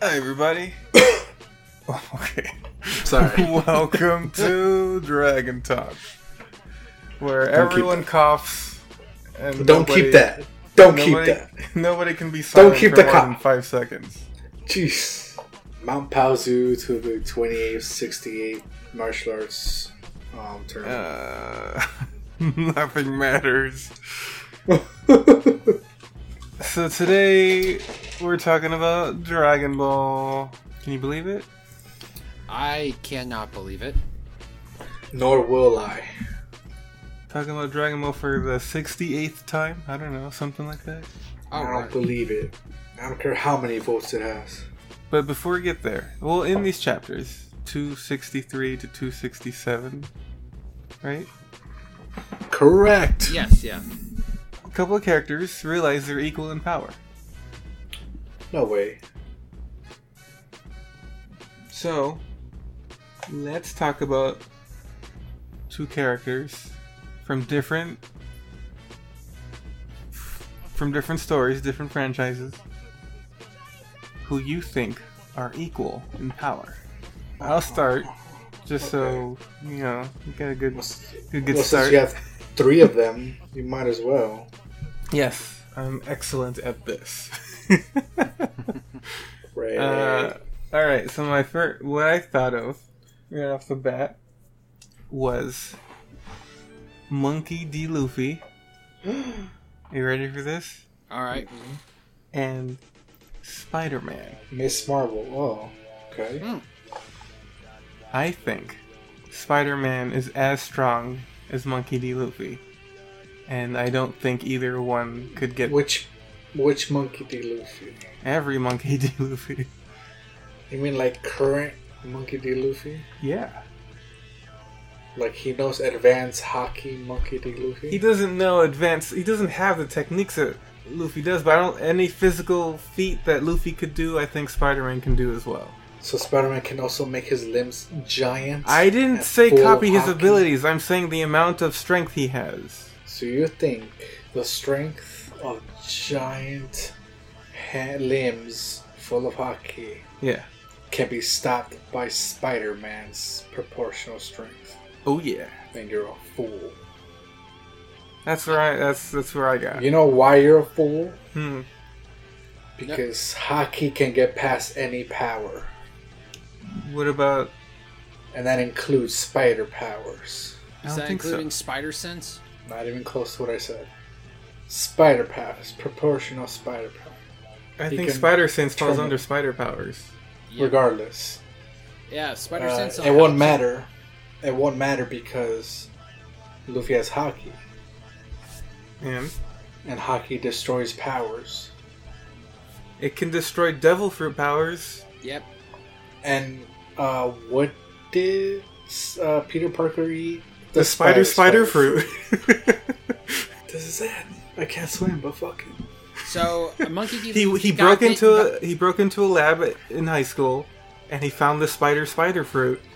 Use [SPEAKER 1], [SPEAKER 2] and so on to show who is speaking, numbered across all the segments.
[SPEAKER 1] Hi, everybody. okay.
[SPEAKER 2] Sorry.
[SPEAKER 1] Welcome to Dragon Talk, where
[SPEAKER 2] Don't keep
[SPEAKER 1] everyone coughs. And
[SPEAKER 2] Don't
[SPEAKER 1] nobody-
[SPEAKER 2] keep that. Don't keep
[SPEAKER 1] nobody-
[SPEAKER 2] that.
[SPEAKER 1] Nobody can be silent
[SPEAKER 2] keep
[SPEAKER 1] for
[SPEAKER 2] the
[SPEAKER 1] more
[SPEAKER 2] cough.
[SPEAKER 1] than five seconds.
[SPEAKER 2] Jeez. Mount Paozu to the 28th, 68 martial arts um, tournament.
[SPEAKER 1] Uh, nothing matters. So today we're talking about Dragon Ball. Can you believe it?
[SPEAKER 3] I cannot believe it.
[SPEAKER 2] Nor will I.
[SPEAKER 1] Talking about Dragon Ball for the 68th time? I don't know, something like that.
[SPEAKER 3] All
[SPEAKER 2] I don't
[SPEAKER 3] right.
[SPEAKER 2] believe it. I don't care how many votes it has.
[SPEAKER 1] But before we get there, well, in these chapters, 263 to 267, right?
[SPEAKER 2] Correct.
[SPEAKER 3] Yes, yeah.
[SPEAKER 1] A couple of characters realize they're equal in power.
[SPEAKER 2] No way.
[SPEAKER 1] So, let's talk about two characters from different from different stories, different franchises who you think are equal in power. I'll start just so, you know, you get a good
[SPEAKER 2] Must-
[SPEAKER 1] good, good
[SPEAKER 2] well,
[SPEAKER 1] start.
[SPEAKER 2] Since you have three of them, you might as well.
[SPEAKER 1] Yes, I'm excellent at this.
[SPEAKER 2] Right.
[SPEAKER 1] uh, all right, so my first, what I thought of right off the bat was Monkey D. Luffy. you ready for this? Mm-hmm.
[SPEAKER 3] All right.
[SPEAKER 1] And Spider Man.
[SPEAKER 2] Miss Marvel. Oh, okay.
[SPEAKER 1] Hmm. I think Spider Man is as strong as Monkey D. Luffy. And I don't think either one could get
[SPEAKER 2] Which which monkey D. Luffy?
[SPEAKER 1] every Monkey D. Luffy.
[SPEAKER 2] You mean like current monkey D. Luffy?
[SPEAKER 1] Yeah.
[SPEAKER 2] Like he knows advanced hockey, monkey D. Luffy.
[SPEAKER 1] He doesn't know advanced. He doesn't have the techniques that Luffy does, but I don't any physical feat that Luffy could do. I think Spider-Man can do as well.
[SPEAKER 2] so Spider-Man can also make his limbs giant.
[SPEAKER 1] I didn't
[SPEAKER 2] and
[SPEAKER 1] say
[SPEAKER 2] full
[SPEAKER 1] copy his
[SPEAKER 2] hockey.
[SPEAKER 1] abilities. I'm saying the amount of strength he has.
[SPEAKER 2] So you think the strength of giant ha- limbs full of hockey
[SPEAKER 1] Yeah.
[SPEAKER 2] can be stopped by Spider-Man's proportional strength?
[SPEAKER 1] Oh yeah.
[SPEAKER 2] Then you're a fool.
[SPEAKER 1] That's where I. That's that's where I got.
[SPEAKER 2] You know why you're a fool?
[SPEAKER 1] Hmm.
[SPEAKER 2] Because hockey can get past any power,
[SPEAKER 1] What about?
[SPEAKER 2] and that includes spider powers.
[SPEAKER 1] I
[SPEAKER 3] Is
[SPEAKER 1] don't
[SPEAKER 3] that
[SPEAKER 1] think so.
[SPEAKER 3] including spider sense?
[SPEAKER 2] Not even close to what I said. Spider powers, proportional spider power.
[SPEAKER 1] I
[SPEAKER 2] he
[SPEAKER 1] think
[SPEAKER 2] can
[SPEAKER 1] Spider Sense falls
[SPEAKER 2] turn-
[SPEAKER 1] under Spider powers.
[SPEAKER 3] Yeah.
[SPEAKER 2] Regardless,
[SPEAKER 3] yeah, spider
[SPEAKER 2] Uh,
[SPEAKER 3] sense. will
[SPEAKER 2] it won't
[SPEAKER 3] help.
[SPEAKER 2] matter. It won't matter because Luffy has hockey,
[SPEAKER 1] And
[SPEAKER 2] and hockey destroys powers.
[SPEAKER 1] it can destroy Devil Fruit powers.
[SPEAKER 3] Yep.
[SPEAKER 2] And uh, what did uh, Peter Parker eat?
[SPEAKER 1] The, spider, spider fruit.
[SPEAKER 2] This is it. I can't swim, but fuck it.
[SPEAKER 3] So a monkey. D.
[SPEAKER 1] he,
[SPEAKER 3] Luffy
[SPEAKER 1] he
[SPEAKER 3] got
[SPEAKER 1] broke
[SPEAKER 3] bitten
[SPEAKER 1] into
[SPEAKER 3] by-
[SPEAKER 1] a he broke into a lab in high school, and he found the spider spider fruit.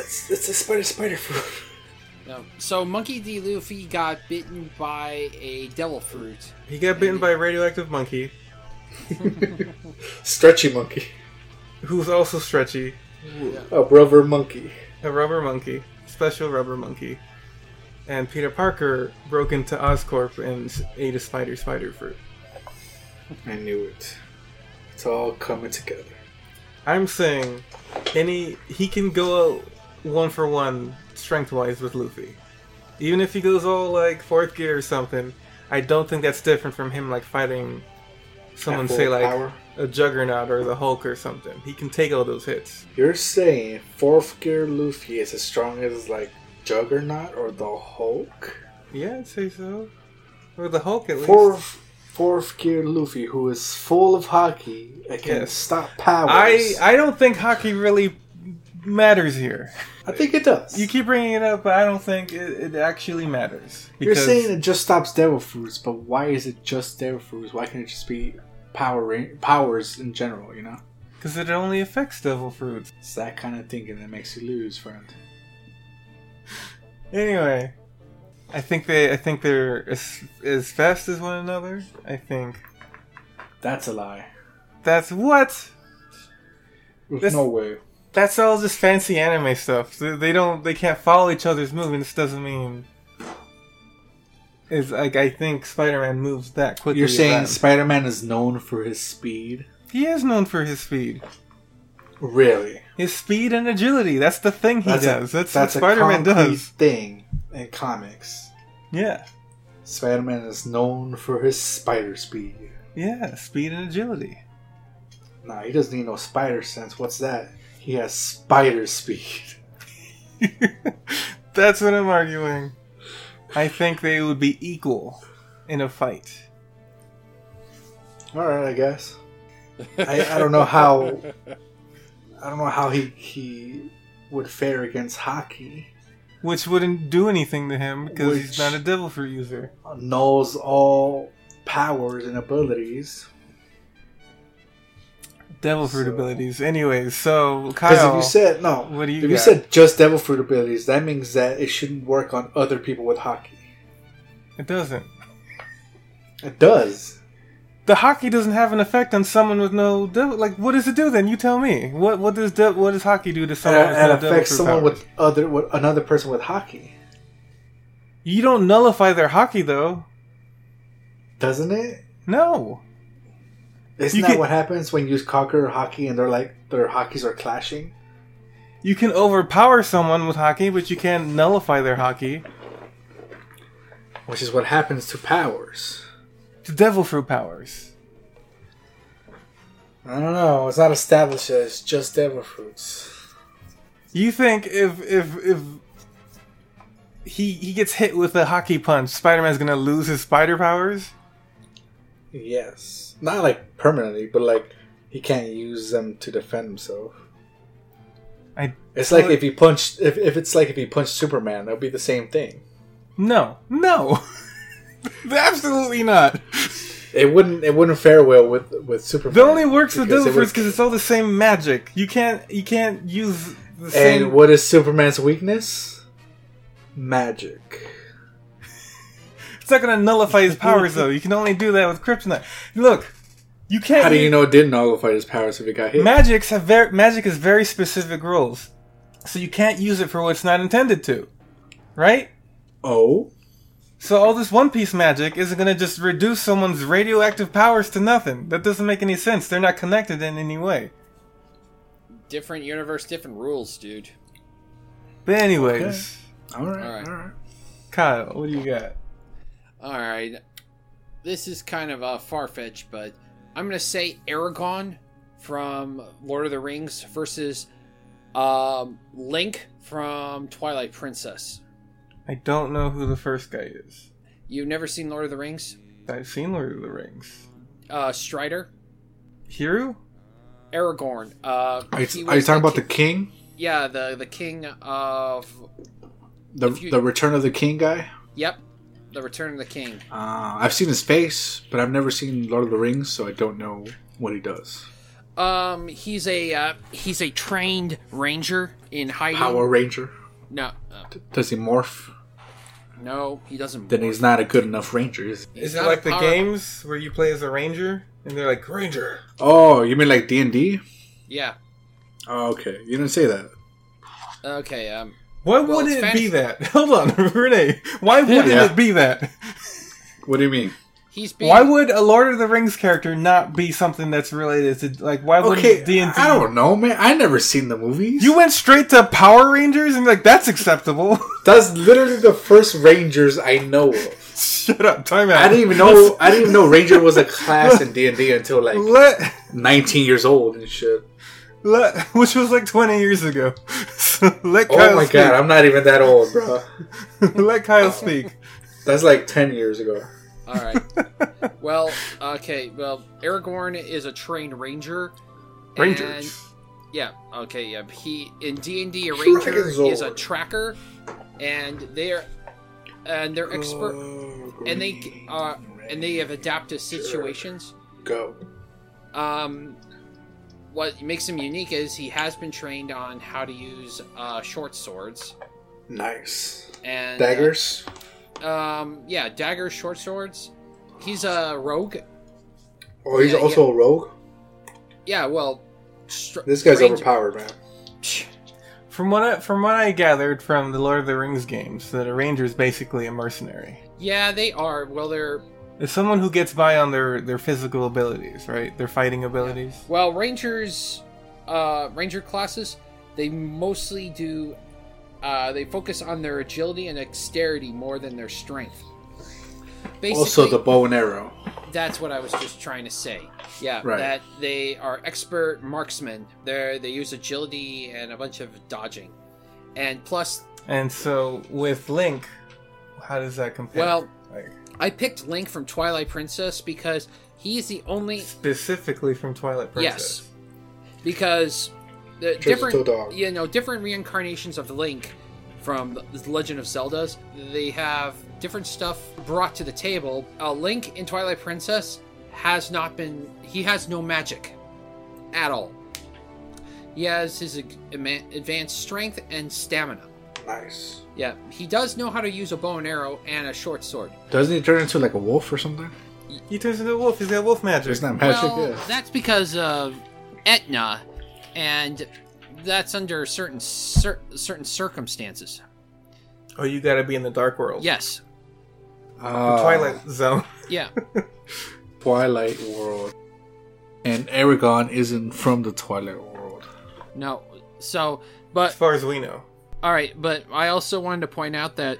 [SPEAKER 2] It's, it's a spider spider fruit.
[SPEAKER 3] No. So monkey D. Luffy got bitten by a devil fruit.
[SPEAKER 1] He got bitten by a radioactive monkey,
[SPEAKER 2] Stretchy monkey.
[SPEAKER 1] who's also stretchy,
[SPEAKER 2] A rubber monkey.
[SPEAKER 1] a rubber monkey, special rubber monkey, and Peter Parker broke into Oscorp and s- ate a spider spider fruit.
[SPEAKER 2] I knew it. It's all coming together.
[SPEAKER 1] I'm saying, any he can go one for one strength wise with Luffy, even if he goes all like fourth gear or something. I don't think that's different from him like fighting someone
[SPEAKER 2] At full
[SPEAKER 1] say like
[SPEAKER 2] power.
[SPEAKER 1] a Juggernaut or the Hulk or something. He can take all those hits.
[SPEAKER 2] You're saying fourth gear Luffy is as strong as like Juggernaut or the Hulk?
[SPEAKER 1] Yeah, I'd say so. Or the Hulk at least.
[SPEAKER 2] Fourth fourth gear Luffy, who is full of hockey and can
[SPEAKER 1] Yes.
[SPEAKER 2] stop powers.
[SPEAKER 1] I I don't think hockey really matters here.
[SPEAKER 2] I think it does.
[SPEAKER 1] You keep bringing it up, but I don't think it, it actually matters.
[SPEAKER 2] You're saying it just stops devil fruits, but why is it just devil fruits? Why can't it just be power ra- powers in general? You know,
[SPEAKER 1] because it only affects devil fruits.
[SPEAKER 2] it's that kind of thinking that makes you lose, friend.
[SPEAKER 1] Anyway, I think they I think they're as, as fast as one another. I think
[SPEAKER 2] That's a lie.
[SPEAKER 1] that's what
[SPEAKER 2] There's
[SPEAKER 1] This-
[SPEAKER 2] no way.
[SPEAKER 1] That's all just fancy anime stuff. They they don't. They can't follow each other's movements. Doesn't mean. It's like I think Spider-Man moves that quickly.
[SPEAKER 2] You're
[SPEAKER 1] as
[SPEAKER 2] saying
[SPEAKER 1] that.
[SPEAKER 2] Spider Man is known for his speed?
[SPEAKER 1] he is known for his speed,
[SPEAKER 2] Really?
[SPEAKER 1] his speed and agility. That's the thing he
[SPEAKER 2] That's a-
[SPEAKER 1] does. that's,
[SPEAKER 2] That's
[SPEAKER 1] what Spider-Man
[SPEAKER 2] a concrete
[SPEAKER 1] does.
[SPEAKER 2] thing in comics.
[SPEAKER 1] Yeah,
[SPEAKER 2] Spider Man is known for his spider speed.
[SPEAKER 1] yeah, speed and agility.
[SPEAKER 2] Nah, he doesn't need no spider sense. What's that? He has spider speed.
[SPEAKER 1] That's what I'm arguing. I think they would be equal in a fight.
[SPEAKER 2] Alright, I guess. I, I don't know how I don't know how he he would fare against hockey.
[SPEAKER 1] Which wouldn't do anything to him because he's
[SPEAKER 2] Which-
[SPEAKER 1] not a devil fruit user.
[SPEAKER 2] Knows all powers and abilities.
[SPEAKER 1] Devil fruit
[SPEAKER 2] So-
[SPEAKER 1] abilities. Anyways, so
[SPEAKER 2] Because if
[SPEAKER 1] Kyle,
[SPEAKER 2] you said no,
[SPEAKER 1] what do you
[SPEAKER 2] if you
[SPEAKER 1] got?
[SPEAKER 2] said just devil fruit abilities, that means that it shouldn't work on other people with hockey.
[SPEAKER 1] it doesn't.
[SPEAKER 2] It does.
[SPEAKER 1] The hockey doesn't have an effect on someone with no devil. Like, what does it do then? You tell me. What what does de- what does hockey do to
[SPEAKER 2] And
[SPEAKER 1] someone?
[SPEAKER 2] it,
[SPEAKER 1] with
[SPEAKER 2] it
[SPEAKER 1] no devil
[SPEAKER 2] affects
[SPEAKER 1] fruit
[SPEAKER 2] someone
[SPEAKER 1] powers?
[SPEAKER 2] with other with another person with hockey,
[SPEAKER 1] You don't nullify their hockey though.
[SPEAKER 2] doesn't it?
[SPEAKER 1] No.
[SPEAKER 2] Isn't
[SPEAKER 1] You
[SPEAKER 2] that
[SPEAKER 1] can-
[SPEAKER 2] what happens when you conquer hockey and they're like their hockeys are clashing?
[SPEAKER 1] You can overpower someone with hockey, but you can't nullify their hockey.
[SPEAKER 2] Which is what happens to powers.
[SPEAKER 1] To devil fruit powers.
[SPEAKER 2] I don't know. It's not established that it's just devil fruits.
[SPEAKER 1] You think if if if he he gets hit with a hockey punch, Spider Man's gonna lose his spider powers?
[SPEAKER 2] Yes. Not like permanently, but like he can't use them to defend himself.
[SPEAKER 1] I-
[SPEAKER 2] It's like if he punched if, if it's like if he punched Superman, that would be the same thing.
[SPEAKER 1] No, no, absolutely not.
[SPEAKER 2] It wouldn't it wouldn't fare well with with Superman.
[SPEAKER 1] The only works with
[SPEAKER 2] because it
[SPEAKER 1] Devil
[SPEAKER 2] would-
[SPEAKER 1] because it's all the same magic. You can't you can't use the same.
[SPEAKER 2] And what is Superman's weakness? Magic.
[SPEAKER 1] It's not gonna nullify his powers though. You can only do that with Kryptonite. Look, you can't.
[SPEAKER 2] How do you
[SPEAKER 1] use-
[SPEAKER 2] know it didn't nullify his powers if he got hit?
[SPEAKER 1] Magics have very magic is very specific rules, so you can't use it for what it's not intended to, right?
[SPEAKER 2] oh,
[SPEAKER 1] So all this One Piece magic isn't gonna just reduce someone's radioactive powers to nothing. That doesn't make any sense. They're not connected in any way.
[SPEAKER 3] Different universe, different rules, dude.
[SPEAKER 1] But anyways,
[SPEAKER 2] all right,
[SPEAKER 3] All right.
[SPEAKER 2] all right.
[SPEAKER 1] Kyle, what do you got?
[SPEAKER 3] All right. This is kind of uh, far fetched, but I'm going to say Aragon from Lord of the Rings versus um, Link from Twilight Princess.
[SPEAKER 1] I don't know who the first guy is.
[SPEAKER 3] You've never seen Lord of the Rings?
[SPEAKER 1] I've seen Lord of the Rings.
[SPEAKER 3] Uh, Strider?
[SPEAKER 1] Hero?
[SPEAKER 3] Aragorn. Uh,
[SPEAKER 2] Are
[SPEAKER 3] he
[SPEAKER 2] you, are you
[SPEAKER 3] was
[SPEAKER 2] talking about the
[SPEAKER 3] king-
[SPEAKER 2] king,
[SPEAKER 3] Yeah, the, the king of.
[SPEAKER 2] the
[SPEAKER 3] If you-
[SPEAKER 2] the Return of the King guy?
[SPEAKER 3] Yep. The Return of the King.
[SPEAKER 2] Uh, I've seen his face, but I've never seen Lord of the Rings, so I don't know what he does.
[SPEAKER 3] Um, he's a uh, he's a trained ranger in hiding.
[SPEAKER 2] Power Ranger?
[SPEAKER 3] No, uh,
[SPEAKER 2] Does he morph?
[SPEAKER 3] no, he doesn't.
[SPEAKER 2] Then he's not a good enough ranger. Is he?
[SPEAKER 1] Is
[SPEAKER 3] He's
[SPEAKER 1] it
[SPEAKER 3] not a
[SPEAKER 1] like the
[SPEAKER 3] power-
[SPEAKER 1] games where you play as a ranger and they're like ranger?
[SPEAKER 2] Oh, you mean like D and D?
[SPEAKER 3] Yeah.
[SPEAKER 2] Oh, okay. You didn't say that.
[SPEAKER 3] Okay. Um.
[SPEAKER 1] Why
[SPEAKER 3] Well,
[SPEAKER 1] wouldn't it
[SPEAKER 3] it's
[SPEAKER 1] be that? Hold on, Renee. Why wouldn't
[SPEAKER 2] Yeah.
[SPEAKER 1] it be that?
[SPEAKER 2] What do you mean?
[SPEAKER 3] He's being.
[SPEAKER 1] Why would a Lord of the Rings character not be something that's related to like why
[SPEAKER 2] Okay,
[SPEAKER 1] wouldn't D and
[SPEAKER 2] I don't know, man. I never seen the movies.
[SPEAKER 1] You went straight to Power Rangers and you're like that's acceptable.
[SPEAKER 2] That's literally the first Rangers I know of.
[SPEAKER 1] Shut up, time out.
[SPEAKER 2] I didn't even know. I didn't even know Ranger was a class in D and D until like
[SPEAKER 1] let,
[SPEAKER 2] 19 years old and shit.
[SPEAKER 1] let which was like twenty years ago. So let
[SPEAKER 2] Oh
[SPEAKER 1] Kyle
[SPEAKER 2] my
[SPEAKER 1] speak.
[SPEAKER 2] god, I'm not even that old, bro.
[SPEAKER 1] let Kyle speak.
[SPEAKER 2] That's like 10 years ago.
[SPEAKER 3] All right. well. Okay. Well, Aragorn is a trained ranger. and-
[SPEAKER 1] Rangers.
[SPEAKER 3] yeah. Okay. Yeah. He in D and D, a
[SPEAKER 2] Dragon's
[SPEAKER 3] ranger is a
[SPEAKER 2] Lord.
[SPEAKER 3] tracker, and they're and they're expert
[SPEAKER 2] Oh,
[SPEAKER 3] and they uh and they have adapted situations.
[SPEAKER 2] go.
[SPEAKER 3] Um, what makes him unique is he has been trained on how to use uh, short swords
[SPEAKER 2] Nice.
[SPEAKER 3] and uh,
[SPEAKER 2] Daggers?
[SPEAKER 3] um, yeah, daggers, short swords. He's a rogue.
[SPEAKER 2] Oh, he's
[SPEAKER 3] yeah,
[SPEAKER 2] also a rogue?
[SPEAKER 3] Yeah, well, Str-
[SPEAKER 2] This guy's
[SPEAKER 3] Ranger-
[SPEAKER 2] overpowered, man.
[SPEAKER 3] Psh,
[SPEAKER 1] From what I, from what I gathered from the Lord of the Rings games, that a ranger is basically a mercenary.
[SPEAKER 3] Yeah, they are. Well, they're
[SPEAKER 1] It's someone who gets by on their their physical abilities, right? Their fighting abilities.
[SPEAKER 3] well rangers. Uh, ranger classes. They mostly do. Uh, they focus on their agility and dexterity more than their strength. Basically,
[SPEAKER 2] Also, the bow and arrow.
[SPEAKER 3] That's what I was just trying to say. Yeah,
[SPEAKER 2] Right.
[SPEAKER 3] that they are expert marksmen. They they use agility and a bunch of dodging, and plus,
[SPEAKER 1] And so with Link, how does that compare?
[SPEAKER 3] well,
[SPEAKER 1] like,
[SPEAKER 3] I picked Link from Twilight Princess because he is the only
[SPEAKER 1] specifically from Twilight Princess.
[SPEAKER 3] Yes. because the
[SPEAKER 2] Turns into a
[SPEAKER 3] different
[SPEAKER 2] dog.
[SPEAKER 3] you know different reincarnations of Link from the Legend of Zelda's. They have different stuff brought to the table. Uh, Link in Twilight Princess has not been. He has no magic at all. He has his ad- ama- advanced strength and stamina.
[SPEAKER 2] Nice.
[SPEAKER 3] Yeah, he does know how to use a bow and arrow and a short sword.
[SPEAKER 2] Doesn't he turn into like a wolf or something?
[SPEAKER 1] He turns into a wolf. He's got wolf magic.
[SPEAKER 2] It's not magic.
[SPEAKER 3] well,
[SPEAKER 2] yeah.
[SPEAKER 3] that's because of Etna, and that's under certain cer- certain circumstances.
[SPEAKER 1] Oh, you gotta be in the dark world.
[SPEAKER 3] Yes.
[SPEAKER 1] The
[SPEAKER 2] Ah,
[SPEAKER 1] Twilight Zone.
[SPEAKER 3] Yeah.
[SPEAKER 2] Twilight world. And Aragon isn't from the Twilight world.
[SPEAKER 3] No. So,
[SPEAKER 1] as
[SPEAKER 3] but
[SPEAKER 1] far as we know.
[SPEAKER 3] all right. But I also wanted to point out that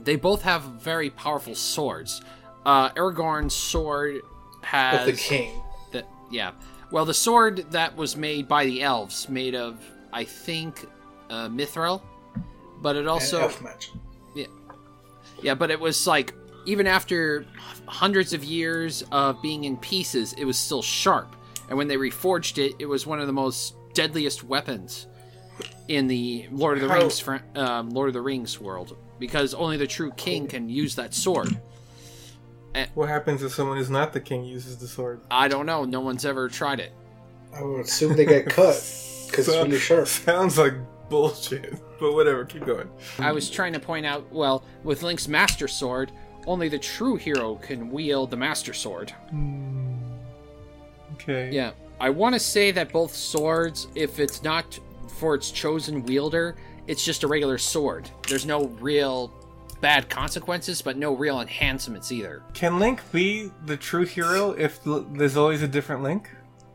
[SPEAKER 3] they both have very powerful swords. Uh, Aragorn's sword has
[SPEAKER 2] Of the king.
[SPEAKER 3] the- yeah. Well, the sword that was made by the elves, made of I think uh, mithril, but it
[SPEAKER 2] Also,
[SPEAKER 3] also
[SPEAKER 2] elf magic.
[SPEAKER 3] Yeah, but it was like even after hundreds of years of being in pieces, it was still sharp. And when they reforged it, it was one of the most deadliest weapons in the Lord of the
[SPEAKER 1] How-
[SPEAKER 3] Rings fr- um, Lord of the Rings world because only the true king can use that sword.
[SPEAKER 1] What happens if someone who's not the king uses the sword?
[SPEAKER 3] I don't know. No one's ever tried it.
[SPEAKER 2] I would assume they get cut because it's
[SPEAKER 1] So-
[SPEAKER 2] really sharp.
[SPEAKER 1] Sounds like bullshit. But whatever, keep going.
[SPEAKER 3] I was trying to point out, well, with Link's Master Sword, only the true hero can wield the Master Sword.
[SPEAKER 1] Okay.
[SPEAKER 3] Yeah, I want to say that both swords, if it's not for its chosen wielder, it's just a regular sword. There's no real bad consequences, but no real enhancements either.
[SPEAKER 1] Can Link be the true hero if l- there's always a different Link?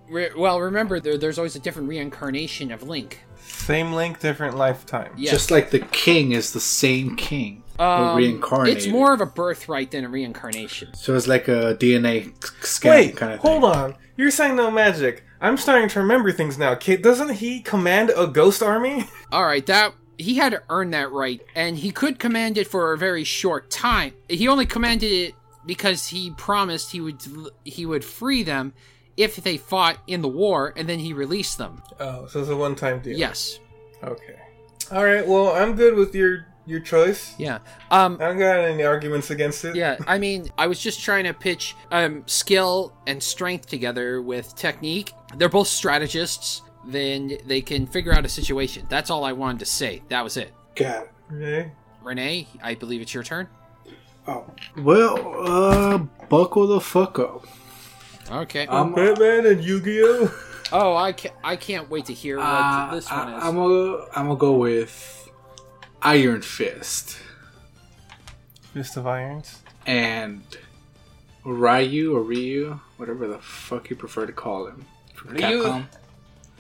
[SPEAKER 3] Re- well, remember, there, there's always a different reincarnation of Link.
[SPEAKER 1] Same Link, different lifetime.
[SPEAKER 3] Yes.
[SPEAKER 2] Just like the king is the same king, but
[SPEAKER 3] Um,
[SPEAKER 2] reincarnated.
[SPEAKER 3] It's more of a birthright than a reincarnation.
[SPEAKER 2] So it's like a DNA c- scan
[SPEAKER 1] Wait,
[SPEAKER 2] kind of thing.
[SPEAKER 1] hold on. You're saying no magic. I'm starting to remember things now. Kid, doesn't he command a ghost army?
[SPEAKER 3] All right, that he had to earn that right, and he could command it for a very short time. He only commanded it because he promised he would he would free them if they fought in the war, and then he released them.
[SPEAKER 1] Oh, so it's a one-time deal.
[SPEAKER 3] Yes,
[SPEAKER 1] Okay. All right. Well, I'm good with your your choice.
[SPEAKER 3] yeah, um,
[SPEAKER 1] I don't got any arguments against it.
[SPEAKER 3] yeah. I mean, I was just trying to pitch um, skill and strength together with technique. They're both strategists. Then they can figure out a situation. That's all I wanted to say. That was it.
[SPEAKER 2] God.
[SPEAKER 1] Okay.
[SPEAKER 3] Renee, I believe it's your turn.
[SPEAKER 2] Oh. Well, uh, buckle the fuck up.
[SPEAKER 3] Okay.
[SPEAKER 2] I'm-
[SPEAKER 1] Batman and Yu-Gi-Oh.
[SPEAKER 3] Uh, Oh, I can't, I can't wait to hear what
[SPEAKER 2] Uh,
[SPEAKER 3] this one is.
[SPEAKER 2] I, am gonna, I'm gonna go with Iron Fist
[SPEAKER 1] Fist of Irons.
[SPEAKER 2] and Ryu or Ryu, whatever the fuck you prefer to call him. From
[SPEAKER 3] Ryu.
[SPEAKER 2] Capcom.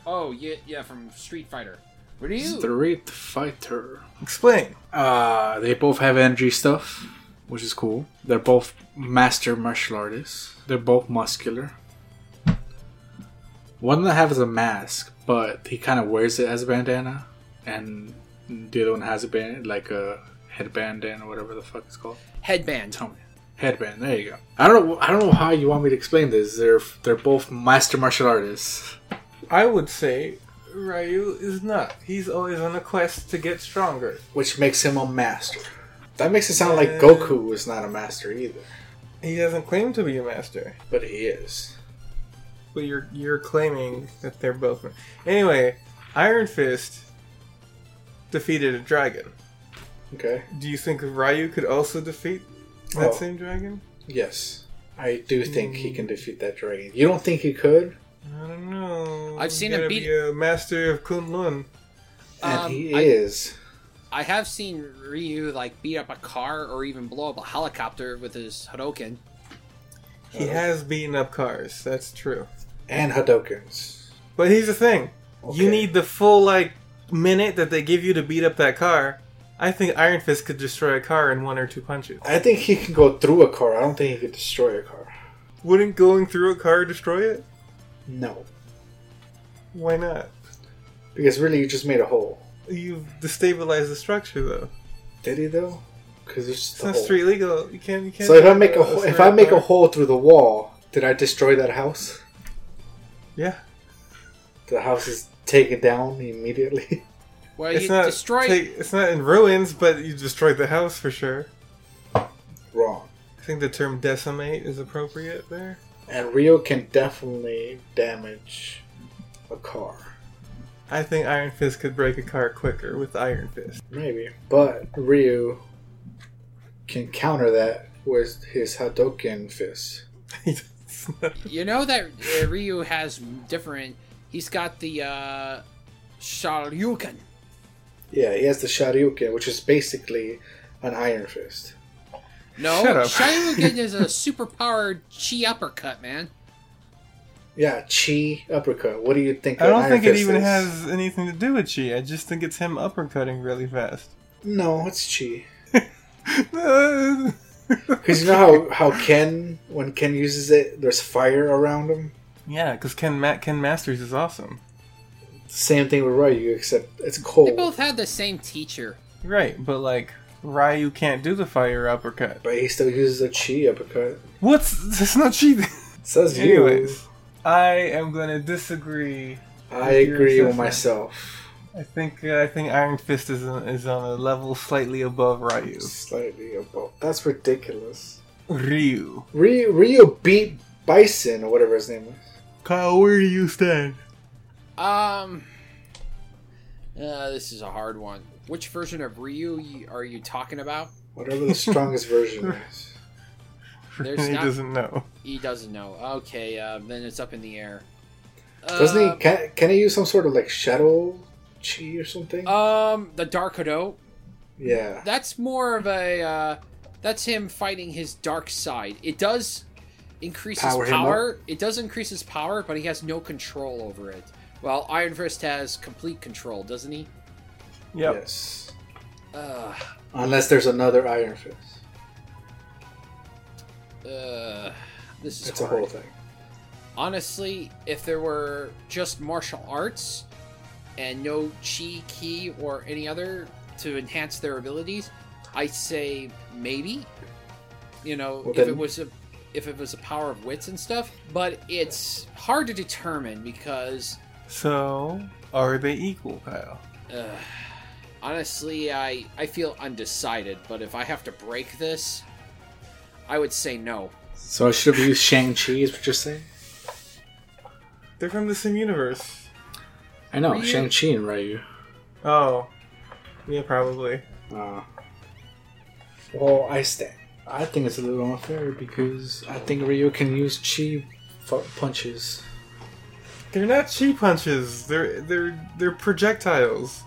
[SPEAKER 3] oh, yeah, yeah, from Street Fighter. What do you?
[SPEAKER 2] Street Fighter.
[SPEAKER 1] Explain.
[SPEAKER 2] Uh, they both have energy stuff, which is cool. They're both master martial artists. They're both muscular. One that has a mask, but he kind of wears it as a bandana, and the other one has a band like a headband and or whatever the fuck it's called.
[SPEAKER 3] Headband.
[SPEAKER 2] Tell me. Headband. There you go. I don't know. I don't know how you want me to explain this. They're they're both master martial artists.
[SPEAKER 1] I would say Ryu is not. He's always on a quest to get stronger.
[SPEAKER 2] Which makes him a master. That makes it sound like
[SPEAKER 1] Uh,
[SPEAKER 2] Goku is not a master either,
[SPEAKER 1] He doesn't claim to be a master,
[SPEAKER 2] but he is.
[SPEAKER 1] but you're you're claiming that they're both. Anyway, Iron Fist defeated a dragon.
[SPEAKER 2] Okay.
[SPEAKER 1] Do you think Ryu could also defeat that
[SPEAKER 2] Oh.
[SPEAKER 1] same dragon?
[SPEAKER 2] Yes, I do think he can defeat that dragon. You don't think he could?
[SPEAKER 1] I don't know.
[SPEAKER 3] I've seen
[SPEAKER 1] You
[SPEAKER 3] him
[SPEAKER 1] gotta
[SPEAKER 3] beat-
[SPEAKER 1] be a master of Kunlun.
[SPEAKER 2] And
[SPEAKER 3] Um,
[SPEAKER 2] he
[SPEAKER 3] I-
[SPEAKER 2] is.
[SPEAKER 3] I have seen Ryu like beat up a car or even blow up a helicopter with his Hadoken.
[SPEAKER 1] He
[SPEAKER 2] Oh.
[SPEAKER 1] has beaten up cars. That's true.
[SPEAKER 2] And Hadokens.
[SPEAKER 1] But here's the thing:
[SPEAKER 2] Okay.
[SPEAKER 1] you need the full like minute that they give you to beat up that car. I think Iron Fist could destroy a car in one or two punches.
[SPEAKER 2] I think he can go through a car. I don't think he could destroy a car.
[SPEAKER 1] Wouldn't going through a car destroy it?
[SPEAKER 2] No.
[SPEAKER 1] Why not?
[SPEAKER 2] Because really, you just made a hole.
[SPEAKER 1] You've destabilized the structure though.
[SPEAKER 2] Did he though? Because it's just
[SPEAKER 1] It's
[SPEAKER 2] a
[SPEAKER 1] not
[SPEAKER 2] hole.
[SPEAKER 1] street legal. You can't. You can't.
[SPEAKER 2] Oh.
[SPEAKER 1] uh,
[SPEAKER 2] So if I
[SPEAKER 1] do
[SPEAKER 2] make a hole, if I make a
[SPEAKER 1] car.
[SPEAKER 2] hole through the wall, did I destroy that house?
[SPEAKER 1] yeah,
[SPEAKER 2] The house is taken down immediately.
[SPEAKER 3] Well,
[SPEAKER 1] it's
[SPEAKER 3] Uh, you
[SPEAKER 1] not
[SPEAKER 3] destroy
[SPEAKER 1] take- it's not in ruins, but you destroyed the house for sure.
[SPEAKER 2] Wrong.
[SPEAKER 1] I think the term decimate is appropriate there.
[SPEAKER 2] And Rio can definitely damage a car.
[SPEAKER 1] I think Iron Fist could break a car quicker with Iron Fist.
[SPEAKER 2] Maybe. But Ryu can counter that with his Hadoken fist.
[SPEAKER 1] It's not-
[SPEAKER 3] You know that uh, Ryu has different. He's got the uh, Shoryuken.
[SPEAKER 2] Yeah, he has the Shoryuken, which is basically an iron fist.
[SPEAKER 3] No,
[SPEAKER 1] Shut up.
[SPEAKER 3] Shoryuken is a super powered chi uppercut, man.
[SPEAKER 2] Yeah, chi uppercut. What do you think?
[SPEAKER 1] I
[SPEAKER 2] an
[SPEAKER 1] don't
[SPEAKER 2] iron
[SPEAKER 1] think it
[SPEAKER 2] fist
[SPEAKER 1] even
[SPEAKER 2] is?
[SPEAKER 1] has anything to do with chi. I just think it's him uppercutting really fast.
[SPEAKER 2] No, it's chi.
[SPEAKER 1] yeah,
[SPEAKER 2] Because you know how, how Ken, when Ken uses it, there's fire around him?
[SPEAKER 1] because Ken Ma- Ken Masters is awesome,
[SPEAKER 2] Same thing with Ryu, except it's cold.
[SPEAKER 3] They both had the same teacher.
[SPEAKER 1] right? But like Ryu can't do the fire uppercut.
[SPEAKER 2] But he still uses a chi uppercut.
[SPEAKER 1] What's that's not chi.
[SPEAKER 2] It says you.
[SPEAKER 1] Anyways, I am gonna disagree.
[SPEAKER 2] I
[SPEAKER 1] With your
[SPEAKER 2] agree with
[SPEAKER 1] assessment.
[SPEAKER 2] myself.
[SPEAKER 1] I think uh, I think Iron Fist is on, is on a level slightly above Ryu.
[SPEAKER 2] Slightly above. That's ridiculous.
[SPEAKER 1] Ryu,
[SPEAKER 2] Ryu, Ryu beat Bison or whatever his name is.
[SPEAKER 1] Kyle, where do you stand?
[SPEAKER 3] Um, uh, this is a hard one. Which version of Ryu y- are you talking about?
[SPEAKER 2] Whatever the strongest version is.
[SPEAKER 3] There's
[SPEAKER 1] he
[SPEAKER 3] not-
[SPEAKER 1] doesn't know.
[SPEAKER 3] He doesn't know. Okay, uh, then it's up in the air.
[SPEAKER 2] Doesn't
[SPEAKER 3] Uh,
[SPEAKER 2] he? Can, can he use some sort of like shadow chi or something?
[SPEAKER 3] Um, the Dark Hado.
[SPEAKER 2] yeah.
[SPEAKER 3] That's more of a. Uh, that's him fighting his dark side. It does increase
[SPEAKER 2] Power
[SPEAKER 3] his
[SPEAKER 2] him up.
[SPEAKER 3] power. It does increase his power, but he has no control over it. Well, Iron Fist has complete control, doesn't he?
[SPEAKER 1] Yep.
[SPEAKER 2] Yes.
[SPEAKER 3] Uh,
[SPEAKER 2] Unless there's another Iron Fist.
[SPEAKER 3] uh, this is
[SPEAKER 2] It's a
[SPEAKER 3] hard.
[SPEAKER 2] whole thing.
[SPEAKER 3] Honestly, if there were just martial arts and no chi, ki, or any other to enhance their abilities, I'd say maybe. You know,
[SPEAKER 2] Well,
[SPEAKER 3] if
[SPEAKER 2] then-
[SPEAKER 3] it was a if it was a power of wits and stuff, but it's hard to determine because
[SPEAKER 1] So, are they equal, Kyle?
[SPEAKER 3] uh, honestly, I I feel undecided. But if I have to break this, I would say no.
[SPEAKER 2] So I should have used Shang Chi. Is what you're saying?
[SPEAKER 1] They're from the same universe.
[SPEAKER 2] I know
[SPEAKER 3] Ryu-
[SPEAKER 2] Shang Chi and Ryu.
[SPEAKER 1] Oh, yeah, probably.
[SPEAKER 2] Uh, well, I stand. I think it's a little unfair because I think Ryu can use chi fu- punches.
[SPEAKER 1] They're not chi punches. They're they're they're projectiles.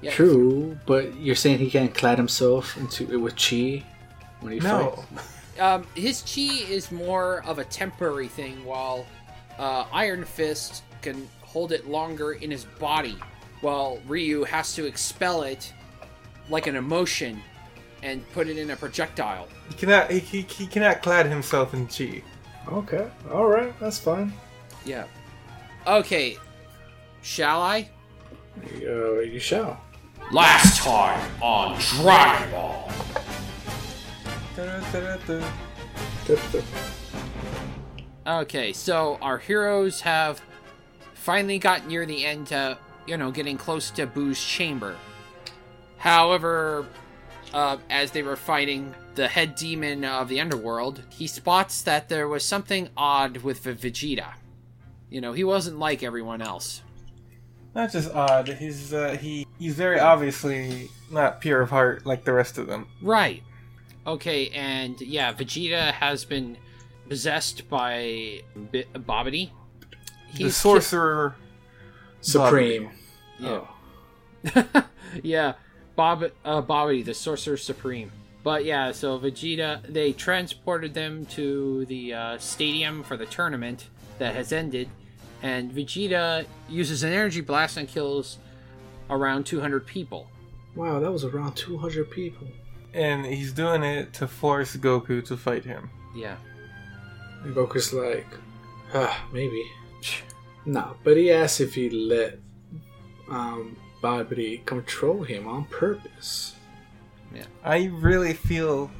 [SPEAKER 3] Yeah,
[SPEAKER 2] True, but you're saying he can't clad himself into it with chi when he
[SPEAKER 1] No,
[SPEAKER 2] fights.
[SPEAKER 3] um, his chi is more of a temporary thing, while uh, Iron Fist can hold it longer in his body, while Ryu has to expel it like an emotion and put it in a projectile.
[SPEAKER 1] he cannot. He, he, he cannot clad himself in chi.
[SPEAKER 2] Okay, all right, that's fine.
[SPEAKER 3] Yeah. Okay. Shall I?
[SPEAKER 2] Uh, you shall.
[SPEAKER 3] Last time on Dragon Ball.
[SPEAKER 1] Da-da-da-da-da.
[SPEAKER 2] Dip, dip.
[SPEAKER 3] Okay, so our heroes have finally got near the end to, you know, getting close to Boo's chamber. However, uh, as they were fighting the head demon of the underworld, he spots that there was something odd with V- Vegeta. You know, he wasn't like everyone else.
[SPEAKER 1] Not just odd. He's uh, he he's very obviously not pure of heart like the rest of them.
[SPEAKER 3] Right. Okay, and yeah, Vegeta has been possessed by B- Bobbity.
[SPEAKER 1] the
[SPEAKER 3] he's
[SPEAKER 1] sorcerer.
[SPEAKER 2] Supreme.
[SPEAKER 3] Yeah.
[SPEAKER 2] Oh.
[SPEAKER 3] yeah, Bob, uh, Bobby, the Sorcerer Supreme. But yeah, so Vegeta, they transported them to the uh, stadium for the tournament that has ended, and Vegeta uses an energy blast and kills around 200 people.
[SPEAKER 2] Wow, that was around 200 people.
[SPEAKER 1] and he's doing it to force Goku to fight him.
[SPEAKER 3] Yeah.
[SPEAKER 2] And Goku's like, ah, maybe. No, but he asked if he let um, Babidi control him on purpose.
[SPEAKER 1] I really feel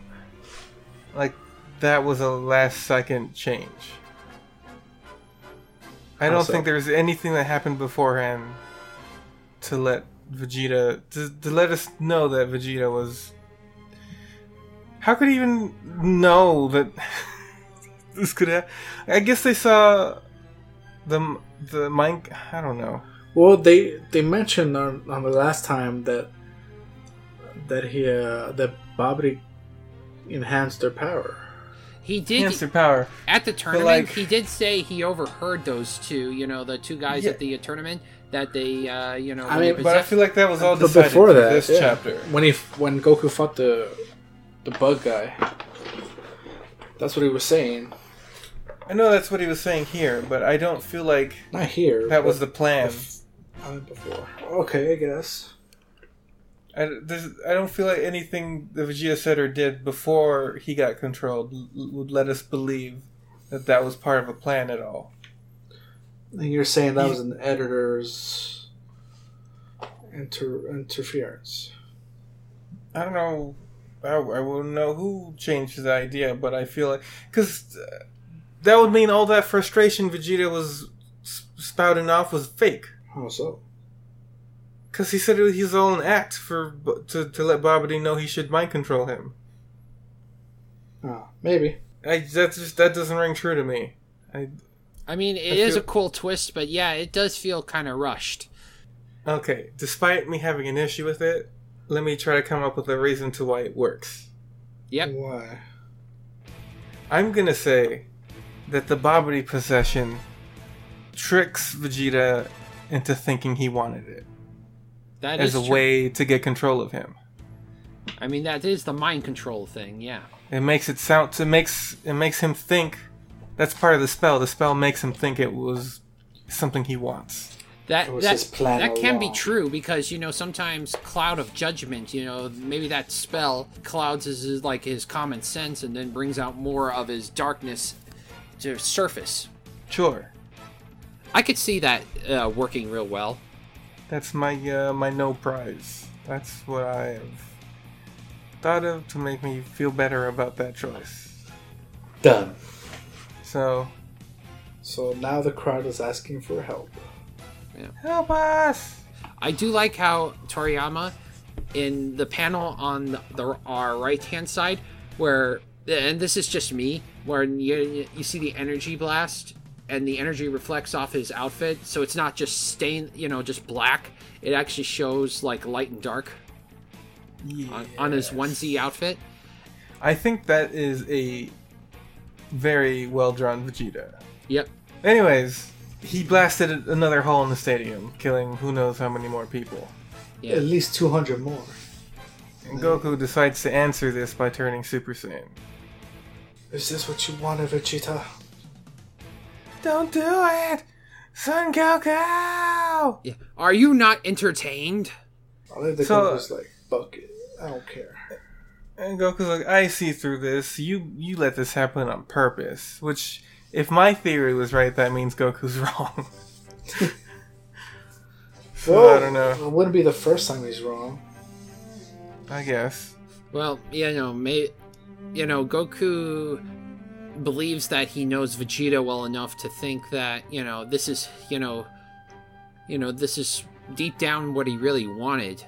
[SPEAKER 1] like that was a last second change. I
[SPEAKER 2] How
[SPEAKER 1] don't
[SPEAKER 2] so?
[SPEAKER 1] think there's anything that happened beforehand to let Vegeta to, to let us know that Vegeta was. How could he even know that this could happen? I guess they saw the the mind. I don't know.
[SPEAKER 2] Well, they they mentioned on, on the last time that that he uh, that Babidi enhanced their power.
[SPEAKER 3] He did.
[SPEAKER 1] Cancer power.
[SPEAKER 3] At the tournament,
[SPEAKER 1] like-
[SPEAKER 3] he did say he overheard those two, you know, the two guys
[SPEAKER 1] Yeah.
[SPEAKER 3] at the uh, tournament that they, uh, you know,
[SPEAKER 2] I
[SPEAKER 3] when they
[SPEAKER 2] mean,
[SPEAKER 1] But I
[SPEAKER 3] possess-
[SPEAKER 1] feel like that was all
[SPEAKER 2] But
[SPEAKER 1] decided
[SPEAKER 2] before
[SPEAKER 1] for
[SPEAKER 2] that,
[SPEAKER 1] this
[SPEAKER 2] yeah.
[SPEAKER 1] chapter.
[SPEAKER 2] when he when Goku fought the the bug guy, that's what he was saying.
[SPEAKER 1] I know that's what he was saying here, but I don't feel like
[SPEAKER 2] Not here.
[SPEAKER 1] that was
[SPEAKER 2] but
[SPEAKER 1] the plan.
[SPEAKER 2] I meant before. Okay, I guess.
[SPEAKER 1] I, there's, I don't feel like anything that Vegeta said or did before he got controlled l- would let us believe that that was part of a plan at all.
[SPEAKER 2] And you're saying that
[SPEAKER 1] He-
[SPEAKER 2] was an editor's inter- interference.
[SPEAKER 1] I don't know. I, I wouldn't know who changed his idea, but I feel like because that would mean all that frustration Vegeta was s- spouting off was fake.
[SPEAKER 2] How so?
[SPEAKER 1] Because he said it was his own act for to to let Babidi know he should mind control him.
[SPEAKER 2] Ah, maybe.
[SPEAKER 1] I that just that doesn't ring true to me. I
[SPEAKER 3] I mean, it is
[SPEAKER 1] I feel-
[SPEAKER 3] a cool twist, but yeah, it does feel kind of rushed.
[SPEAKER 1] okay. Despite me having an issue with it, let me try to come up with a reason to why it works.
[SPEAKER 3] Yep.
[SPEAKER 2] Why?
[SPEAKER 1] I'm gonna say that the Bobbity possession tricks Vegeta into thinking he wanted it
[SPEAKER 3] That is
[SPEAKER 1] as a
[SPEAKER 3] true.
[SPEAKER 1] way to get control of him.
[SPEAKER 3] I mean, that is the mind control thing. Yeah.
[SPEAKER 1] It makes it sound. It makes it makes him think. That's part of the spell. The spell makes him think it was something he wants.
[SPEAKER 3] That
[SPEAKER 2] It was
[SPEAKER 3] that,
[SPEAKER 2] his plan
[SPEAKER 3] that can be
[SPEAKER 2] along.
[SPEAKER 3] true because you know sometimes cloud of judgment. You know maybe that spell clouds his, his like his common sense and then brings out more of his darkness to surface.
[SPEAKER 1] Sure,
[SPEAKER 3] I could see that uh, working real well.
[SPEAKER 1] That's my uh, my no prize. That's what I've thought of to make me feel better about that choice.
[SPEAKER 2] Done.
[SPEAKER 1] So
[SPEAKER 2] So now the crowd is asking for help.
[SPEAKER 1] help us.
[SPEAKER 3] I do like how Toriyama in the panel on the, the our right hand side where and this is just me where you, you see the energy blast and the energy reflects off his outfit so it's not just stain you know just black it actually shows like light and dark on, on his onesie outfit
[SPEAKER 1] I think that is a very well drawn Vegeta.
[SPEAKER 3] yep
[SPEAKER 1] Anyways, he blasted another hole in the stadium, killing who knows how many more people.
[SPEAKER 3] yeah
[SPEAKER 2] At least 200 more.
[SPEAKER 1] And Goku decides to answer this by turning Super Saiyan.
[SPEAKER 2] Is this what you wanted, Vegeta?
[SPEAKER 1] Don't do it, Son Goku!
[SPEAKER 3] yeah are you not entertained
[SPEAKER 2] I like the
[SPEAKER 1] So-
[SPEAKER 2] Goku's like, fuck it. I don't care.
[SPEAKER 1] And Goku's like, I see through this. You you let this happen on purpose. Which, if my theory was right, that means Goku's wrong. so I don't know.
[SPEAKER 2] It wouldn't be the first time he's wrong.
[SPEAKER 1] I guess.
[SPEAKER 3] Well, you know, may, you know, Goku believes that he knows Vegeta well enough to think that you know this is you know, you know this is deep down what he really wanted.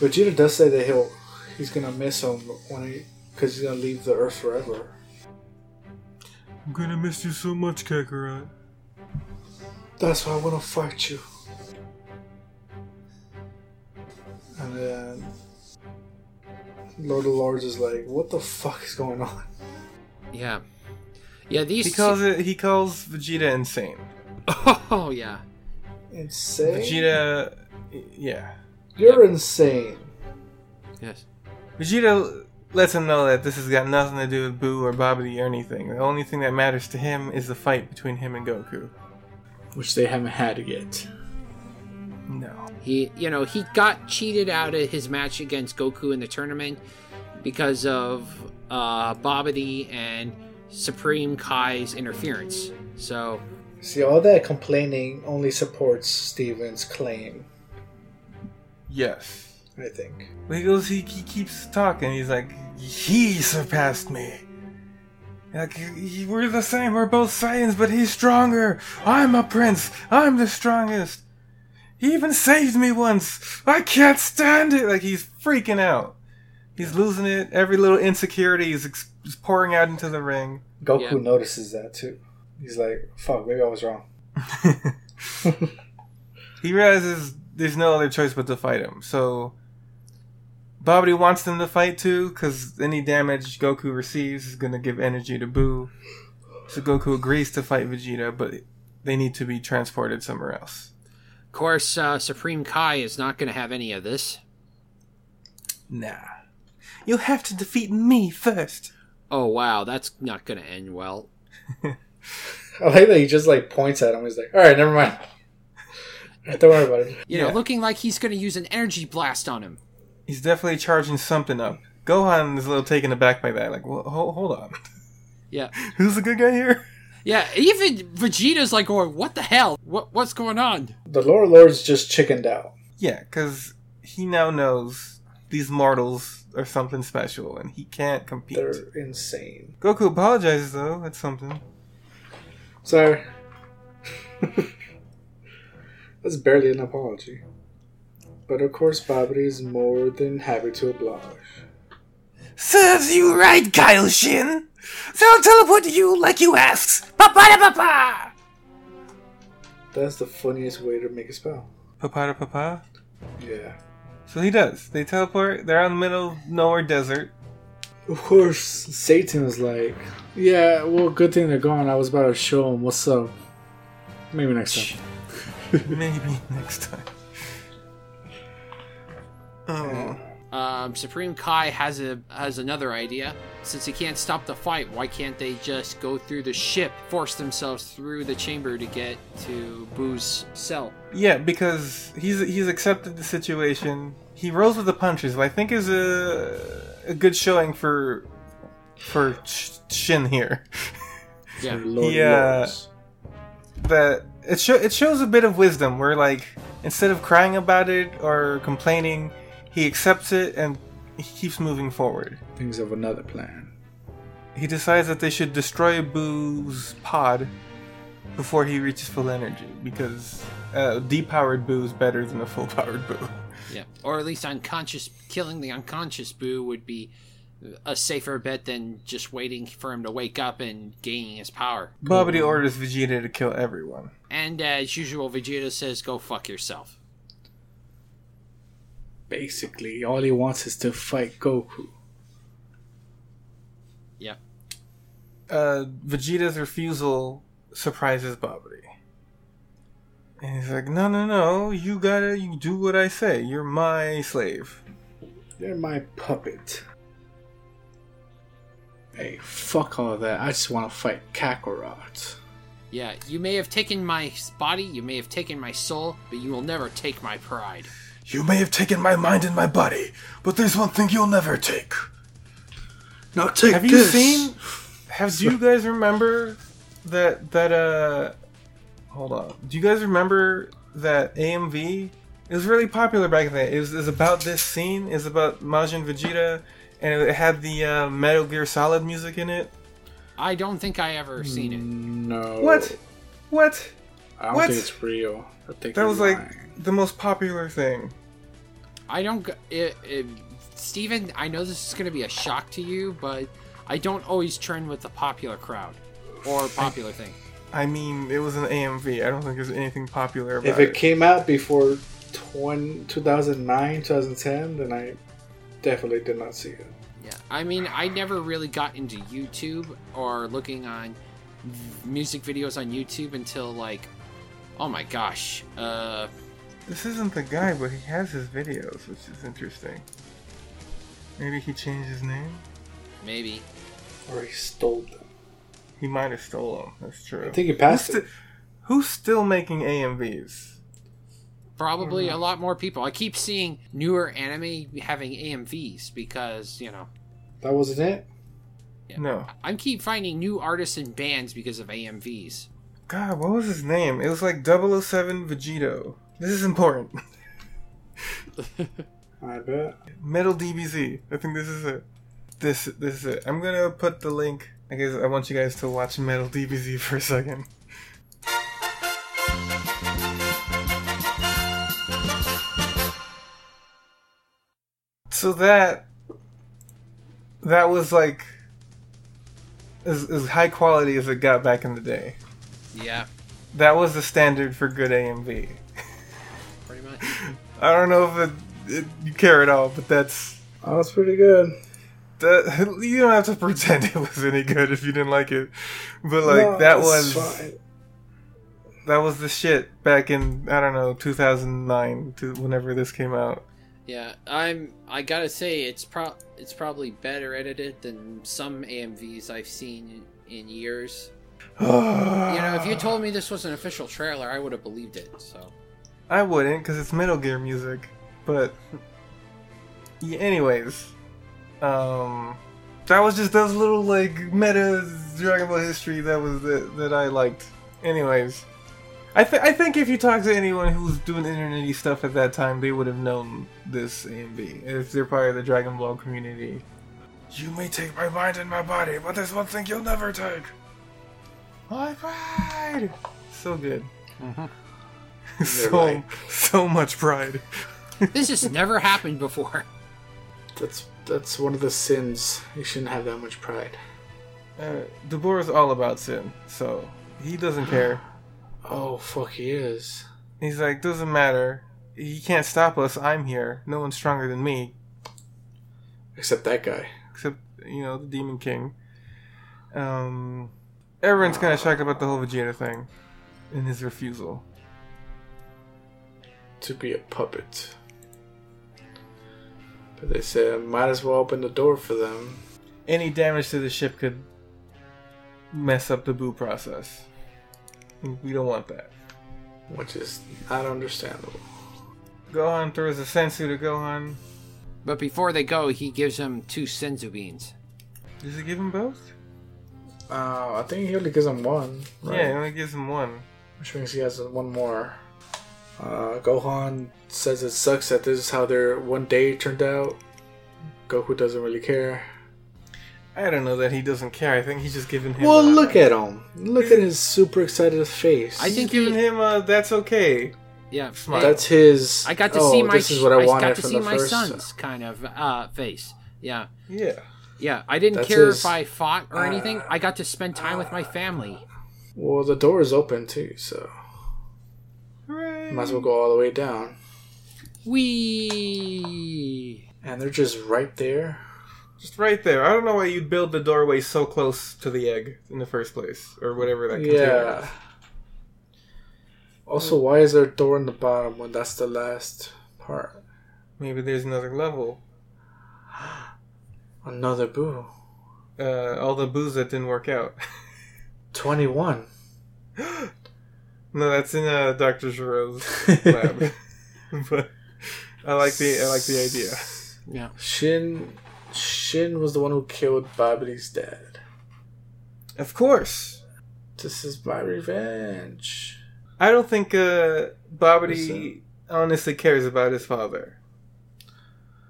[SPEAKER 2] Vegeta does say that he'll he's gonna miss him when he because he's gonna leave the Earth forever.
[SPEAKER 1] I'm gonna miss you so much, Kakarot.
[SPEAKER 2] That's why I want to fight you. And then Lord of Lords is like, what the fuck is going on?
[SPEAKER 3] Yeah, Yeah, these.
[SPEAKER 1] He calls it. He calls Vegeta insane.
[SPEAKER 3] oh yeah.
[SPEAKER 2] Insane.
[SPEAKER 1] Vegeta, yeah.
[SPEAKER 2] You're insane.
[SPEAKER 3] Yes.
[SPEAKER 1] Vegeta lets him know that this has got nothing to do with Boo or Bobbity or anything. The only thing that matters to him is the fight between him and Goku.
[SPEAKER 2] Which they haven't had yet.
[SPEAKER 1] No.
[SPEAKER 3] He, you know, he got cheated out of his match against Goku in the tournament because of uh, Bobbity and Supreme Kai's interference. So,
[SPEAKER 4] See, all that complaining only supports Steven's claim,
[SPEAKER 1] Yes.
[SPEAKER 4] I think.
[SPEAKER 1] He goes. He, he keeps talking. He's like, he surpassed me. Like he- we're the same. We're both Saiyans, but he's stronger. I'm a prince. I'm the strongest. He even saved me once. I can't stand it. Like he's freaking out. He's losing it. Every little insecurity is, ex- is pouring out into the ring.
[SPEAKER 4] Goku
[SPEAKER 3] Yeah.
[SPEAKER 4] notices that too. He's like, fuck, maybe I was wrong.
[SPEAKER 1] He realizes there's no other choice but to fight him. So Bobbity wants them to fight too, because any damage Goku receives is gonna give energy to Boo. So Goku agrees to fight Vegeta, but they need to be transported somewhere else.
[SPEAKER 3] of course, uh, Supreme Kai is not going to have any of this.
[SPEAKER 1] Nah. You'll have to defeat me first.
[SPEAKER 3] Oh wow, that's not going to end well.
[SPEAKER 4] I like that he just like points at him. He's like, all right, never mind. Don't worry about it.
[SPEAKER 3] You
[SPEAKER 1] Yeah.
[SPEAKER 3] know, looking like he's going to use an energy blast on him.
[SPEAKER 1] He's definitely charging something up. Gohan is a little taken aback by that. Like, well, ho- hold on.
[SPEAKER 3] Yeah.
[SPEAKER 1] Who's the good guy here?
[SPEAKER 3] Yeah, even Vegeta's like going, "What the hell? What what's going on?"
[SPEAKER 4] The Lord Lord's just chickened out.
[SPEAKER 1] Yeah, because he now knows these mortals are something special, and he can't compete.
[SPEAKER 4] They're insane.
[SPEAKER 1] Goku apologizes though. That's something.
[SPEAKER 4] Sorry. That's barely an apology. But of course, Bobby is more than happy to oblige.
[SPEAKER 1] Serves you right, Kaioshin. They'll teleport you like you asked. Papada papa.
[SPEAKER 4] That's the funniest way to make a spell.
[SPEAKER 1] Papada papa.
[SPEAKER 4] Yeah.
[SPEAKER 1] So he does. They teleport. They're out in the middle of nowhere desert.
[SPEAKER 2] Of course, Satan is like, yeah, well, good thing they're gone. I was about to show him what's up. Maybe next time.
[SPEAKER 1] Maybe next time. Oh.
[SPEAKER 3] Um, Supreme Kai has a has another idea. Since he can't stop the fight, why can't they just go through the ship, force themselves through the chamber to get to Boo's cell?
[SPEAKER 1] Yeah, because he's he's accepted the situation. He rolls with the punches. I think is a a good showing for for Sh- Shin here.
[SPEAKER 3] Yeah,
[SPEAKER 2] Lord
[SPEAKER 1] Yeah.
[SPEAKER 2] knows.
[SPEAKER 1] That it show it shows a bit of wisdom. Where like instead of crying about it or complaining, he accepts it and he keeps moving forward.
[SPEAKER 2] Things of another plan.
[SPEAKER 1] He decides that they should destroy Boo's pod before he reaches full energy because uh, depowered Boo is better than a full powered Boo.
[SPEAKER 3] yeah, or at least unconscious. Killing the unconscious Boo would be a safer bet than just waiting for him to wake up and gaining his power.
[SPEAKER 1] Bobbity orders Vegeta to kill everyone.
[SPEAKER 3] And as usual, Vegeta says, "Go fuck yourself."
[SPEAKER 2] Basically, all he wants is to fight Goku.
[SPEAKER 3] Yep.
[SPEAKER 1] uh, Vegeta's refusal surprises Bobbity. And he's like, no, no, no, you gotta you do what I say. You're my slave.
[SPEAKER 2] You're my puppet. Hey, fuck all that. I just want to fight Kakarot.
[SPEAKER 3] Yeah, you may have taken my body, you may have taken my soul, but you will never take my pride.
[SPEAKER 1] You may have taken my mind and my body, but there's one thing you'll never take.
[SPEAKER 2] Now take
[SPEAKER 1] Have you seen? Have do you guys remember that that uh? Hold on. Do you guys remember that AMV? It was really popular back then. It was, it was about this scene. It was about Majin Vegeta, and it had the uh, Metal Gear Solid music in it.
[SPEAKER 3] I don't think I ever seen
[SPEAKER 2] Hmm.
[SPEAKER 3] it.
[SPEAKER 2] No.
[SPEAKER 1] What? What?
[SPEAKER 2] I don't
[SPEAKER 1] What?
[SPEAKER 2] think it's real. I think
[SPEAKER 1] That
[SPEAKER 2] you're
[SPEAKER 1] was like
[SPEAKER 2] lying.
[SPEAKER 1] the most popular thing.
[SPEAKER 3] I don't. g- It, it, Steven, I know this is going to be a shock to you, but I don't always trend with the popular crowd or popular thing.
[SPEAKER 1] I mean, it was an AMV. I don't think there's anything popular about
[SPEAKER 4] If it came out before 20, 2009, 2010, then I definitely did not see it.
[SPEAKER 3] Yeah. I mean, I never really got into YouTube or looking on music videos on YouTube until like, oh my gosh, uh,
[SPEAKER 1] This isn't the guy, but he has his videos, which is interesting. Maybe he changed his name?
[SPEAKER 3] maybe.
[SPEAKER 4] Or he stole them.
[SPEAKER 1] He might have stole them. That's true.
[SPEAKER 4] I think he
[SPEAKER 1] who's,
[SPEAKER 4] passed
[SPEAKER 1] sti-
[SPEAKER 4] it.
[SPEAKER 1] who's still making AMVs?
[SPEAKER 3] Probably a lot more people. I keep seeing newer anime having AMVs because, you know,
[SPEAKER 4] That wasn't it.
[SPEAKER 3] Yeah.
[SPEAKER 1] No.
[SPEAKER 3] I keep finding new artists and bands because of AMVs.
[SPEAKER 1] God, what was his name? It was like 007 Vegito. This is important.
[SPEAKER 4] I bet.
[SPEAKER 1] Metal DBZ. I think this is it. This this is it. I'm gonna put the link. I guess I want you guys to watch Metal DBZ for a second. So that that was like as, as high quality as it got back in the day.
[SPEAKER 3] Yeah,
[SPEAKER 1] That was the standard for good AMV.
[SPEAKER 3] pretty much.
[SPEAKER 1] I don't know if it, it, you care at all, but that's
[SPEAKER 4] Oh, that's pretty good.
[SPEAKER 1] That, you don't have to pretend it was any good if you didn't like it, but like
[SPEAKER 4] No,
[SPEAKER 1] that
[SPEAKER 4] it's
[SPEAKER 1] was
[SPEAKER 4] fine.
[SPEAKER 1] that was the shit back in I don't know 2009 to whenever this came out.
[SPEAKER 3] Yeah, I'm. I gotta say, it's pro. It's probably better edited than some AMVs I've seen in years.
[SPEAKER 1] you
[SPEAKER 3] You know,
[SPEAKER 1] know,
[SPEAKER 3] if
[SPEAKER 2] Ah.
[SPEAKER 3] you told me this was an official trailer, I would have believed it. So,
[SPEAKER 1] I wouldn't because it's Metal Gear music, but yeah, anyways, um, that was just those little like meta Dragon Ball history that was the, that I liked. Anyways, I th- I think if you talk to anyone who was doing internety stuff at that time, they would have known this AMV if they're part of the Dragon Ball community. You may take my mind and my body, but there's one thing you'll never take. My pride. So good. so
[SPEAKER 4] right.
[SPEAKER 1] so much pride.
[SPEAKER 3] this has never happened before.
[SPEAKER 2] That's that's one of the sins. You shouldn't have that much pride.
[SPEAKER 1] Uh, Deborah's all about sin, so he
[SPEAKER 2] Hmm.
[SPEAKER 1] doesn't care.
[SPEAKER 2] Oh fuck, he is.
[SPEAKER 1] He's like, doesn't matter. He can't stop us. I'm here. No one's stronger than me,
[SPEAKER 2] Except that guy.
[SPEAKER 1] except you know the Demon King. Um, everyone's kind of shocked about the whole Vegeta thing and his refusal.
[SPEAKER 2] to be a puppet. But they said I might as well open the door for them.
[SPEAKER 1] Any damage to the ship could mess up the boo process. We don't want that.
[SPEAKER 2] Which is not understandable.
[SPEAKER 1] Gohan throws a sensu to Gohan.
[SPEAKER 3] But before they go, he gives him two senzu beans.
[SPEAKER 1] Does he give him both?
[SPEAKER 2] Uh, I think he only gives him one, right?
[SPEAKER 1] Yeah, he only gives him one.
[SPEAKER 2] Which means he has one more. Uh, Gohan says it sucks that this is how their one day turned out. Goku doesn't really care.
[SPEAKER 1] I don't know that he doesn't care. I think he's just giving him.
[SPEAKER 2] Well,
[SPEAKER 1] a-
[SPEAKER 2] look at him. Look at his super excited face.
[SPEAKER 3] I
[SPEAKER 1] He's
[SPEAKER 3] think
[SPEAKER 1] giving
[SPEAKER 3] he-
[SPEAKER 1] him a that's okay.
[SPEAKER 3] Yeah,
[SPEAKER 1] Smart.
[SPEAKER 2] that's his.
[SPEAKER 3] I got to
[SPEAKER 2] "Oh,
[SPEAKER 3] see my.
[SPEAKER 2] This is what I,
[SPEAKER 3] I
[SPEAKER 2] wanted
[SPEAKER 3] got to
[SPEAKER 2] from
[SPEAKER 3] see
[SPEAKER 2] the
[SPEAKER 3] my
[SPEAKER 2] first.
[SPEAKER 3] son's kind of uh, face. Yeah,
[SPEAKER 1] Yeah.
[SPEAKER 3] yeah. I didn't
[SPEAKER 2] That's
[SPEAKER 3] care
[SPEAKER 2] his- uh,
[SPEAKER 3] if I fought or anything. I got to spend time with my family.
[SPEAKER 2] Well, the door is open too, so
[SPEAKER 1] Hooray.
[SPEAKER 2] might as well go all the way down.
[SPEAKER 3] We.
[SPEAKER 2] And they're just right there.
[SPEAKER 1] Just right there. I don't know why you'd build the doorway so close to the egg in the first place, or whatever that. container is.
[SPEAKER 2] Yeah. Also, why is there a door in the bottom when that's the last part?
[SPEAKER 1] Maybe there's another level.
[SPEAKER 2] Another boo.
[SPEAKER 1] Uh, all the booze that didn't work out.
[SPEAKER 2] 21.
[SPEAKER 1] no, that's in uh, Doctor Giroux's lab. but I like the I like the idea.
[SPEAKER 3] Yeah.
[SPEAKER 2] Shin. Shin was the one who killed Bobby's dad.
[SPEAKER 1] Of course.
[SPEAKER 2] This is my revenge.
[SPEAKER 1] I don't think uh, Bobbity
[SPEAKER 2] Listen.
[SPEAKER 1] honestly cares about his father.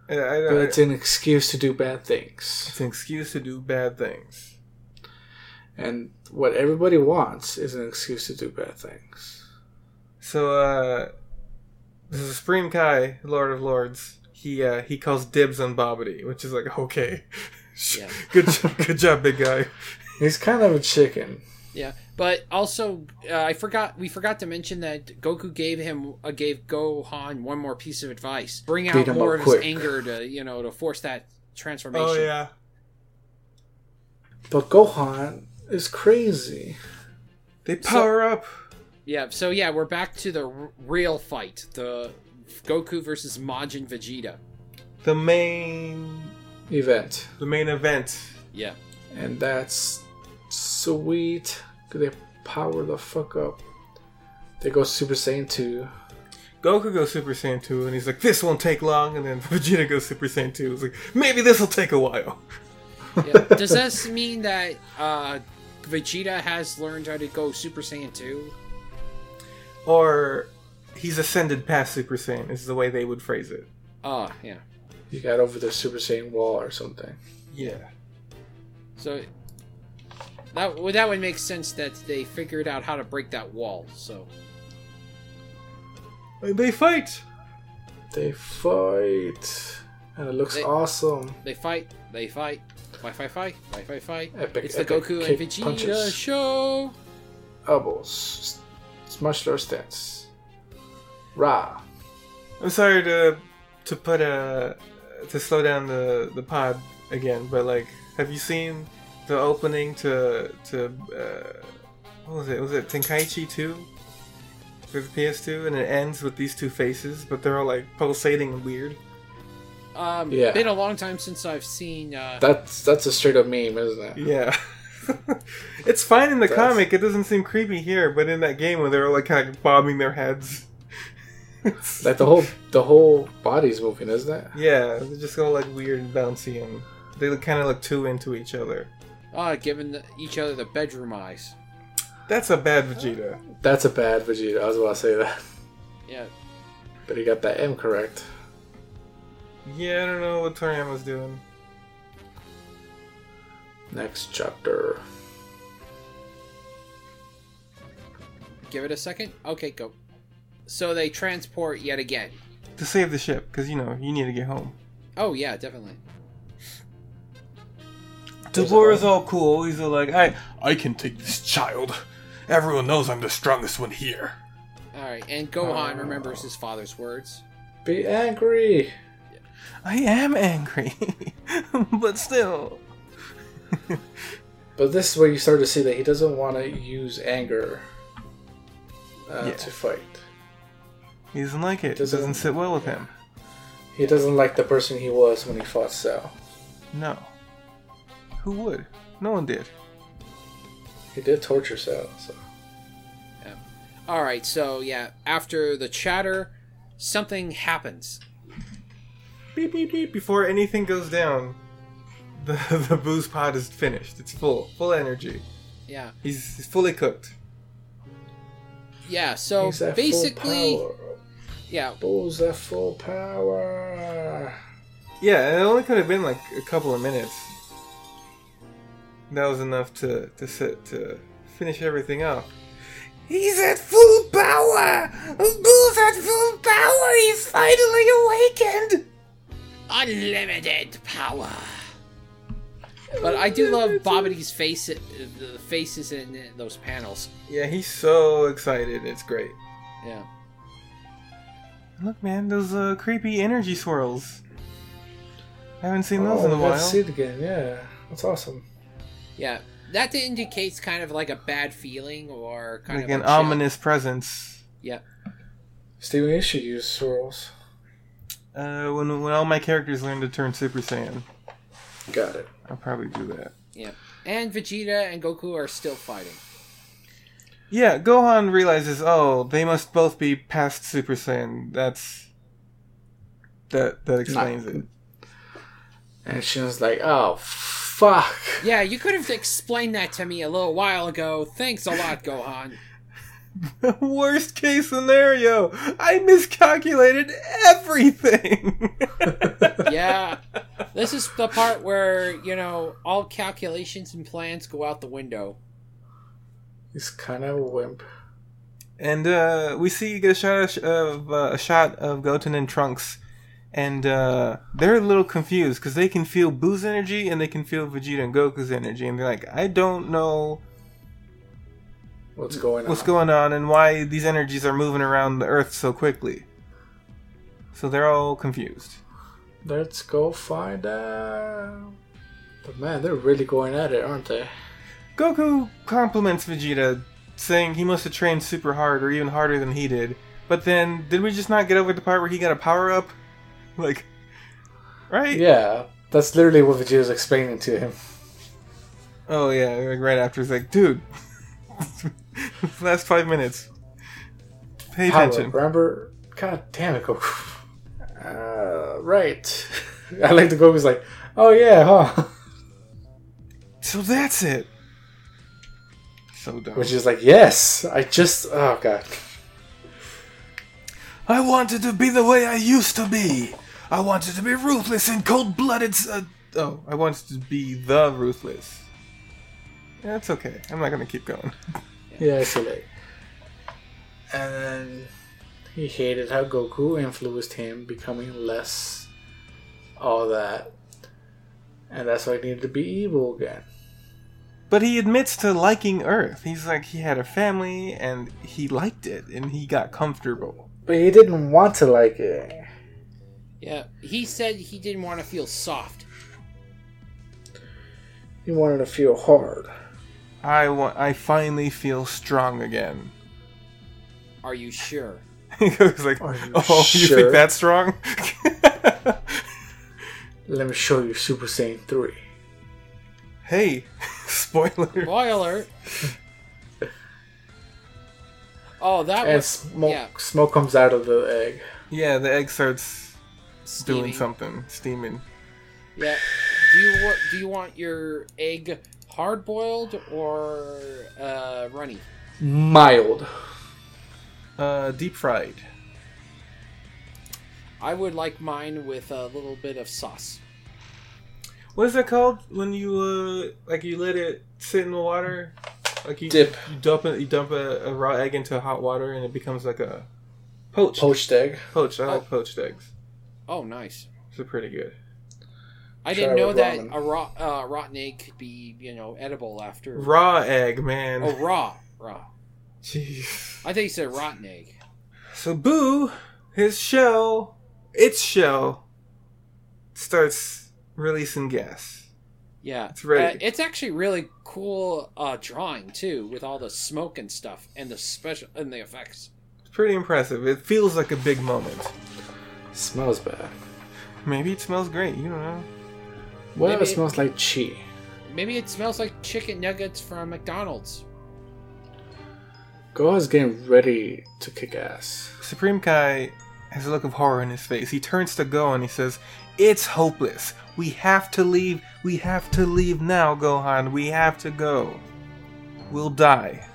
[SPEAKER 1] I, I,
[SPEAKER 2] But
[SPEAKER 1] I-
[SPEAKER 2] it's an excuse to do bad things.
[SPEAKER 1] it's an excuse to do bad things.
[SPEAKER 2] And what everybody wants is an excuse to do bad things.
[SPEAKER 1] So uh the Supreme Kai, Lord of Lords, he uh he calls dibs on Bobbity, which is like okay.
[SPEAKER 3] Yeah.
[SPEAKER 1] good jo- good job, big guy.
[SPEAKER 2] He's kind of a chicken.
[SPEAKER 3] Yeah, but also uh, I forgot we forgot to mention that Goku gave him uh, gave Gohan one more piece of advice: bring out
[SPEAKER 2] Beat him up
[SPEAKER 3] more of
[SPEAKER 2] quick.
[SPEAKER 3] his anger to you Oh, know to force that transformation.
[SPEAKER 1] Oh yeah.
[SPEAKER 2] But Gohan It's crazy.
[SPEAKER 1] They power up.
[SPEAKER 3] Yeah, so yeah, we're back to the r- real fight the Goku versus Majin Vegeta.
[SPEAKER 1] The main,
[SPEAKER 2] Event.
[SPEAKER 1] the main event.
[SPEAKER 3] Yeah.
[SPEAKER 2] And that's sweet. 'Cause They power the fuck up. They go Super Saiyan 2.
[SPEAKER 1] Goku goes Super Saiyan 2, and he's like, this won't take long. And then Vegeta goes Super Saiyan 2. He's like, maybe this will take a while.
[SPEAKER 3] yeah. Does this mean that uh, Vegeta has learned how to go Super Saiyan 2?
[SPEAKER 1] Or he's ascended past Super Saiyan, is the way they would phrase it.
[SPEAKER 3] Oh, yeah.
[SPEAKER 2] You got over the Super Saiyan wall or something.
[SPEAKER 1] Yeah.
[SPEAKER 3] So that, well, that would make sense that they figured out how to break that wall. So,
[SPEAKER 1] They fight.
[SPEAKER 2] They fight. And it looks
[SPEAKER 3] They-
[SPEAKER 2] awesome.
[SPEAKER 3] They fight. They fight. Fight, fight, fight. Fight, fight, fight.
[SPEAKER 2] Epic,
[SPEAKER 3] it's the
[SPEAKER 2] epic
[SPEAKER 3] Goku and
[SPEAKER 2] kick
[SPEAKER 3] Vegeta
[SPEAKER 2] punches.
[SPEAKER 3] show.
[SPEAKER 2] Elbows. Smash their stats. Ra.
[SPEAKER 1] I'm sorry to to put a to slow down the the pod again, but like, have you seen the opening to to uh, what was it? Was it Tenkaichi Two for the PS2? And it ends with these two faces, but they're all like pulsating and weird.
[SPEAKER 3] Um,
[SPEAKER 2] Yeah.
[SPEAKER 3] Been a long time since I've seen. Uh,
[SPEAKER 2] That's that's a straight up meme, isn't it?
[SPEAKER 1] Yeah. it's fine in the
[SPEAKER 2] That's-
[SPEAKER 1] comic. It doesn't seem creepy here, but in that game when they're all like kind of bobbing their heads. It's-
[SPEAKER 2] Like the whole the whole body's moving, isn't it?
[SPEAKER 1] yeah, they're just all like weird and bouncy, and they kind of look too into each other.
[SPEAKER 3] uh, giving the, each other the bedroom eyes.
[SPEAKER 1] That's a bad Vegeta.
[SPEAKER 2] That's a bad Vegeta. I was about to say that,
[SPEAKER 3] Yeah.
[SPEAKER 2] but he got that M correct.
[SPEAKER 1] Yeah, I don't know what Toriyama's doing.
[SPEAKER 2] Next chapter.
[SPEAKER 3] Give it a second. Okay, go. So they transport yet again.
[SPEAKER 1] To save the ship, because, you know, you need to get home.
[SPEAKER 3] Oh yeah, definitely.
[SPEAKER 1] Deborah's all cool. He's all like, I, I can take this child. Everyone knows I'm the strongest one here.
[SPEAKER 3] All right, and Gohan
[SPEAKER 2] Oh.
[SPEAKER 3] remembers his father's words.
[SPEAKER 2] Be angry.
[SPEAKER 1] I am angry. but still.
[SPEAKER 2] But this is where you start to see that he doesn't want to use anger uh,
[SPEAKER 1] Yeah.
[SPEAKER 2] to fight.
[SPEAKER 1] He doesn't like it. It
[SPEAKER 2] Doesn't-
[SPEAKER 1] doesn't sit well with him.
[SPEAKER 2] He doesn't like the person he was when he fought Cell.
[SPEAKER 1] No. Who would? No one did.
[SPEAKER 2] He did torture Cell. So
[SPEAKER 3] All right, so yeah, after the chatter, something happens.
[SPEAKER 1] Beep, beep, beep. Before anything goes down, the, the booze pot is finished. It's full. Full energy.
[SPEAKER 3] Yeah,
[SPEAKER 1] He's, he's fully cooked.
[SPEAKER 3] yeah. So
[SPEAKER 2] he's at
[SPEAKER 3] basically,
[SPEAKER 2] full power.
[SPEAKER 3] yeah,
[SPEAKER 2] Bull's at full power.
[SPEAKER 1] Yeah, and it only could have been like a couple of minutes. That was enough to to sit, to finish everything off. He's at full power. Boo's at full power. He's finally awakened.
[SPEAKER 3] unlimited power. But I do love Bobbity's face, the faces in those panels.
[SPEAKER 1] Yeah, he's so excited. It's great.
[SPEAKER 3] Yeah.
[SPEAKER 1] Look, man, those uh, creepy energy swirls. I haven't seen those
[SPEAKER 2] Oh,
[SPEAKER 1] in a
[SPEAKER 2] we got
[SPEAKER 1] while.
[SPEAKER 2] Sid again. Yeah, that's awesome.
[SPEAKER 3] Yeah, that indicates kind of like a bad feeling or kind
[SPEAKER 1] Like
[SPEAKER 3] of
[SPEAKER 1] an
[SPEAKER 3] a chill.
[SPEAKER 1] ominous presence.
[SPEAKER 3] Yeah,
[SPEAKER 2] Steven, you should use swirls.
[SPEAKER 1] Uh, when when all my characters learn to turn Super Saiyan,
[SPEAKER 2] Got it.
[SPEAKER 1] I'll probably do that.
[SPEAKER 3] yeah. And Vegeta and Goku are still fighting.
[SPEAKER 1] Yeah, Gohan realizes, oh, they must both be past Super Saiyan. That's that that explains it.
[SPEAKER 2] And she was like, "Oh, fuck."
[SPEAKER 3] Yeah, you could have explained that to me a little while ago. Thanks a lot, Gohan.
[SPEAKER 1] Worst case scenario, I miscalculated everything.
[SPEAKER 3] Yeah, this is the part where you know all calculations and plans go out the window.
[SPEAKER 2] He's kind of a wimp.
[SPEAKER 1] and uh, we see you get a shot of uh, a shot of Goten and Trunks, and uh, they're a little confused because they can feel Boo's energy and they can feel Vegeta and Goku's energy, and they're like, I don't know
[SPEAKER 2] What's going
[SPEAKER 1] what's
[SPEAKER 2] on?
[SPEAKER 1] going on and why these energies are moving around the earth so quickly. So they're all confused.
[SPEAKER 2] Let's go find out. But man, they're really going at it, aren't they?
[SPEAKER 1] Goku compliments Vegeta, saying he must have trained super hard or even harder than he did. But then, did we just not get over the part where he got a power up? Like, right?
[SPEAKER 2] Yeah, that's literally what Vegeta's explaining to him.
[SPEAKER 1] Oh yeah, like right after he's like, dude, last five minutes. Pay
[SPEAKER 2] Power,
[SPEAKER 1] attention.
[SPEAKER 2] remember? God damn it, Goku. Uh, right. I like the Goku's like, oh yeah, huh?
[SPEAKER 1] So that's it. So dumb.
[SPEAKER 2] Which is like, yes, I just, oh god.
[SPEAKER 1] I wanted to be the way I used to be. I wanted to be ruthless and cold-blooded. s- Uh, oh, I wanted to be the ruthless. That's okay. I'm not gonna keep going.
[SPEAKER 2] Yeah, I see that. And then he hated how Goku influenced him becoming less all that. And that's why he needed to be evil again.
[SPEAKER 1] But he admits to liking Earth. He's like he had a family and he liked it and he got comfortable.
[SPEAKER 2] But he didn't want to like it.
[SPEAKER 3] Yeah, he said he didn't want to feel soft.
[SPEAKER 2] He wanted to feel hard.
[SPEAKER 1] I want. I finally feel strong again.
[SPEAKER 3] Are you sure?
[SPEAKER 1] he goes like,
[SPEAKER 2] Are you
[SPEAKER 1] "Oh, you
[SPEAKER 2] sure?"
[SPEAKER 1] think that's strong?"
[SPEAKER 2] Let me show you Super Saiyan 3.
[SPEAKER 1] hey, spoiler.
[SPEAKER 3] Boy alert. Oh, that
[SPEAKER 2] And
[SPEAKER 3] was
[SPEAKER 2] smoke,
[SPEAKER 3] yeah.
[SPEAKER 2] smoke comes out of the egg.
[SPEAKER 1] Yeah, the egg starts
[SPEAKER 3] steaming.
[SPEAKER 1] doing something, steaming.
[SPEAKER 3] Yeah. Do you want do you want your egg hard boiled or uh, runny?
[SPEAKER 2] Mild.
[SPEAKER 1] Uh, deep fried.
[SPEAKER 3] I would like mine with a little bit of sauce.
[SPEAKER 1] What is that called when you uh like you let it sit in the water? Like you
[SPEAKER 2] Dip.
[SPEAKER 1] You dump it. You dump a, a raw egg into hot water and it becomes like a poached.
[SPEAKER 2] Poached egg.
[SPEAKER 1] Poached. I like
[SPEAKER 3] Oh.
[SPEAKER 1] poached eggs.
[SPEAKER 3] Oh, nice.
[SPEAKER 1] They're pretty good.
[SPEAKER 3] I
[SPEAKER 2] Try
[SPEAKER 3] didn't know
[SPEAKER 2] with
[SPEAKER 3] that
[SPEAKER 2] ramen.
[SPEAKER 3] a raw, uh, rotten egg could be, you know, edible after.
[SPEAKER 1] Raw egg, man.
[SPEAKER 3] Oh, raw, raw.
[SPEAKER 1] Jeez.
[SPEAKER 3] I think you said rotten egg.
[SPEAKER 1] So Boo, his shell, its shell, starts releasing gas.
[SPEAKER 3] Yeah,
[SPEAKER 1] It's ready.
[SPEAKER 3] Uh, it's actually really cool uh, drawing too, with all the smoke and stuff, and the special and the effects.
[SPEAKER 1] It's pretty impressive. It feels like a big moment.
[SPEAKER 2] Smells bad.
[SPEAKER 1] Maybe it smells great. You don't know.
[SPEAKER 2] What if
[SPEAKER 3] Maybe-
[SPEAKER 2] it smells like chi?
[SPEAKER 3] Maybe it smells like chicken nuggets from McDonald's.
[SPEAKER 2] Goha's getting ready to kick ass.
[SPEAKER 1] Supreme Kai has a look of horror in his face. He turns to Go and he says, "It's hopeless. We have to leave. We have to leave now, Gohan. We have to go. We'll die."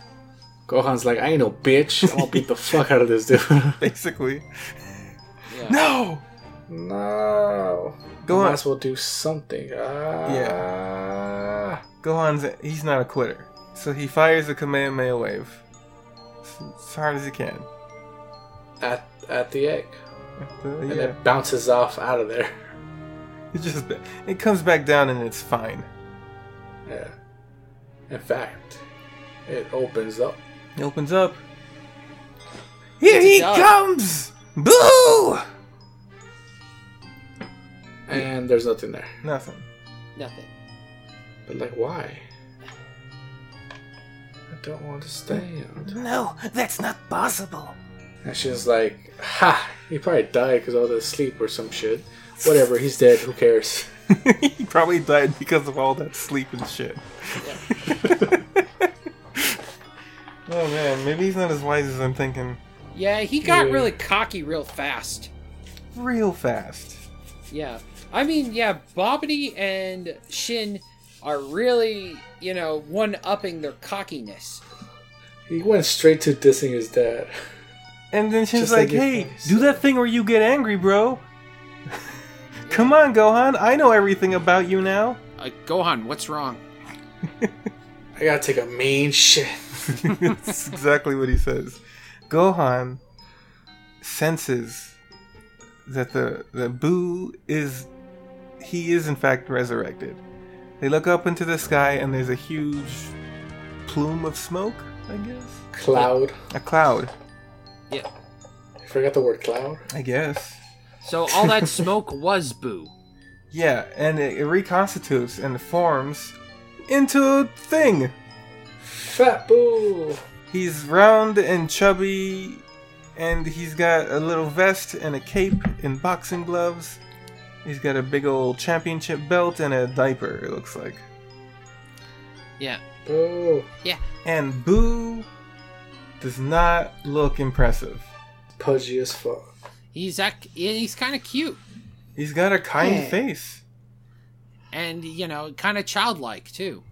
[SPEAKER 2] Gohan's like, I ain't no bitch. I'm gonna beat the fuck out of this dude.
[SPEAKER 1] Basically,
[SPEAKER 3] Yeah.
[SPEAKER 1] no.
[SPEAKER 2] no.
[SPEAKER 1] Gohan,
[SPEAKER 2] Might as well do something. Ah.
[SPEAKER 1] Gohan's he's not a quitter, so he fires a Kamehameha wave as, as hard as he can.
[SPEAKER 2] Yeah. At, at the egg.
[SPEAKER 1] So,
[SPEAKER 2] And
[SPEAKER 1] yeah,
[SPEAKER 2] it bounces off out of there.
[SPEAKER 1] it just it comes back down and it's fine.
[SPEAKER 2] Yeah. In fact, it opens up.
[SPEAKER 1] It opens up. Here
[SPEAKER 3] It's a
[SPEAKER 1] he
[SPEAKER 3] dog.
[SPEAKER 1] comes! Boo!
[SPEAKER 2] And there's nothing there.
[SPEAKER 1] Nothing.
[SPEAKER 3] Nothing.
[SPEAKER 2] But like, why? I don't understand.
[SPEAKER 1] No, that's not possible.
[SPEAKER 2] And she's like, ha! He probably died because all the sleep or some shit. Whatever, he's dead. Who cares?
[SPEAKER 1] he probably died because of all that sleep and shit. oh man, maybe he's not as wise as I'm thinking.
[SPEAKER 3] Yeah, he got
[SPEAKER 2] Yeah.
[SPEAKER 3] really cocky real fast.
[SPEAKER 1] Real fast.
[SPEAKER 3] Yeah. I mean, yeah, Bobbity and Shin are really, you know, one upping their cockiness.
[SPEAKER 2] He went straight to dissing his dad.
[SPEAKER 1] And then she's
[SPEAKER 2] Just
[SPEAKER 1] like,
[SPEAKER 2] like your
[SPEAKER 1] "Hey,
[SPEAKER 2] face.
[SPEAKER 1] do that thing where you get angry, bro. Come on, Gohan. I know everything about you now."
[SPEAKER 3] Uh, Gohan, what's wrong?
[SPEAKER 2] I gotta take a mean shit.
[SPEAKER 1] That's exactly what he says. Gohan senses that the the Boo is he is in fact resurrected. They look up into the sky and there's a huge plume of smoke, I guess.
[SPEAKER 2] Cloud.
[SPEAKER 1] A cloud,
[SPEAKER 3] Yeah.
[SPEAKER 2] I forgot the word cloud.
[SPEAKER 1] I guess.
[SPEAKER 3] So all that smoke was Boo.
[SPEAKER 1] Yeah, and it, it reconstitutes and forms into a thing.
[SPEAKER 2] Fat Boo.
[SPEAKER 1] He's round and chubby, and he's got a little vest and a cape and boxing gloves. He's got a big old championship belt and a diaper, it looks like.
[SPEAKER 2] Boo.
[SPEAKER 1] And Boo does not look impressive.
[SPEAKER 4] Pudgy as fuck.
[SPEAKER 3] He's ac- he's kind of cute
[SPEAKER 1] He's got a kind
[SPEAKER 2] Yeah.
[SPEAKER 1] face.
[SPEAKER 3] and you know kind of childlike too.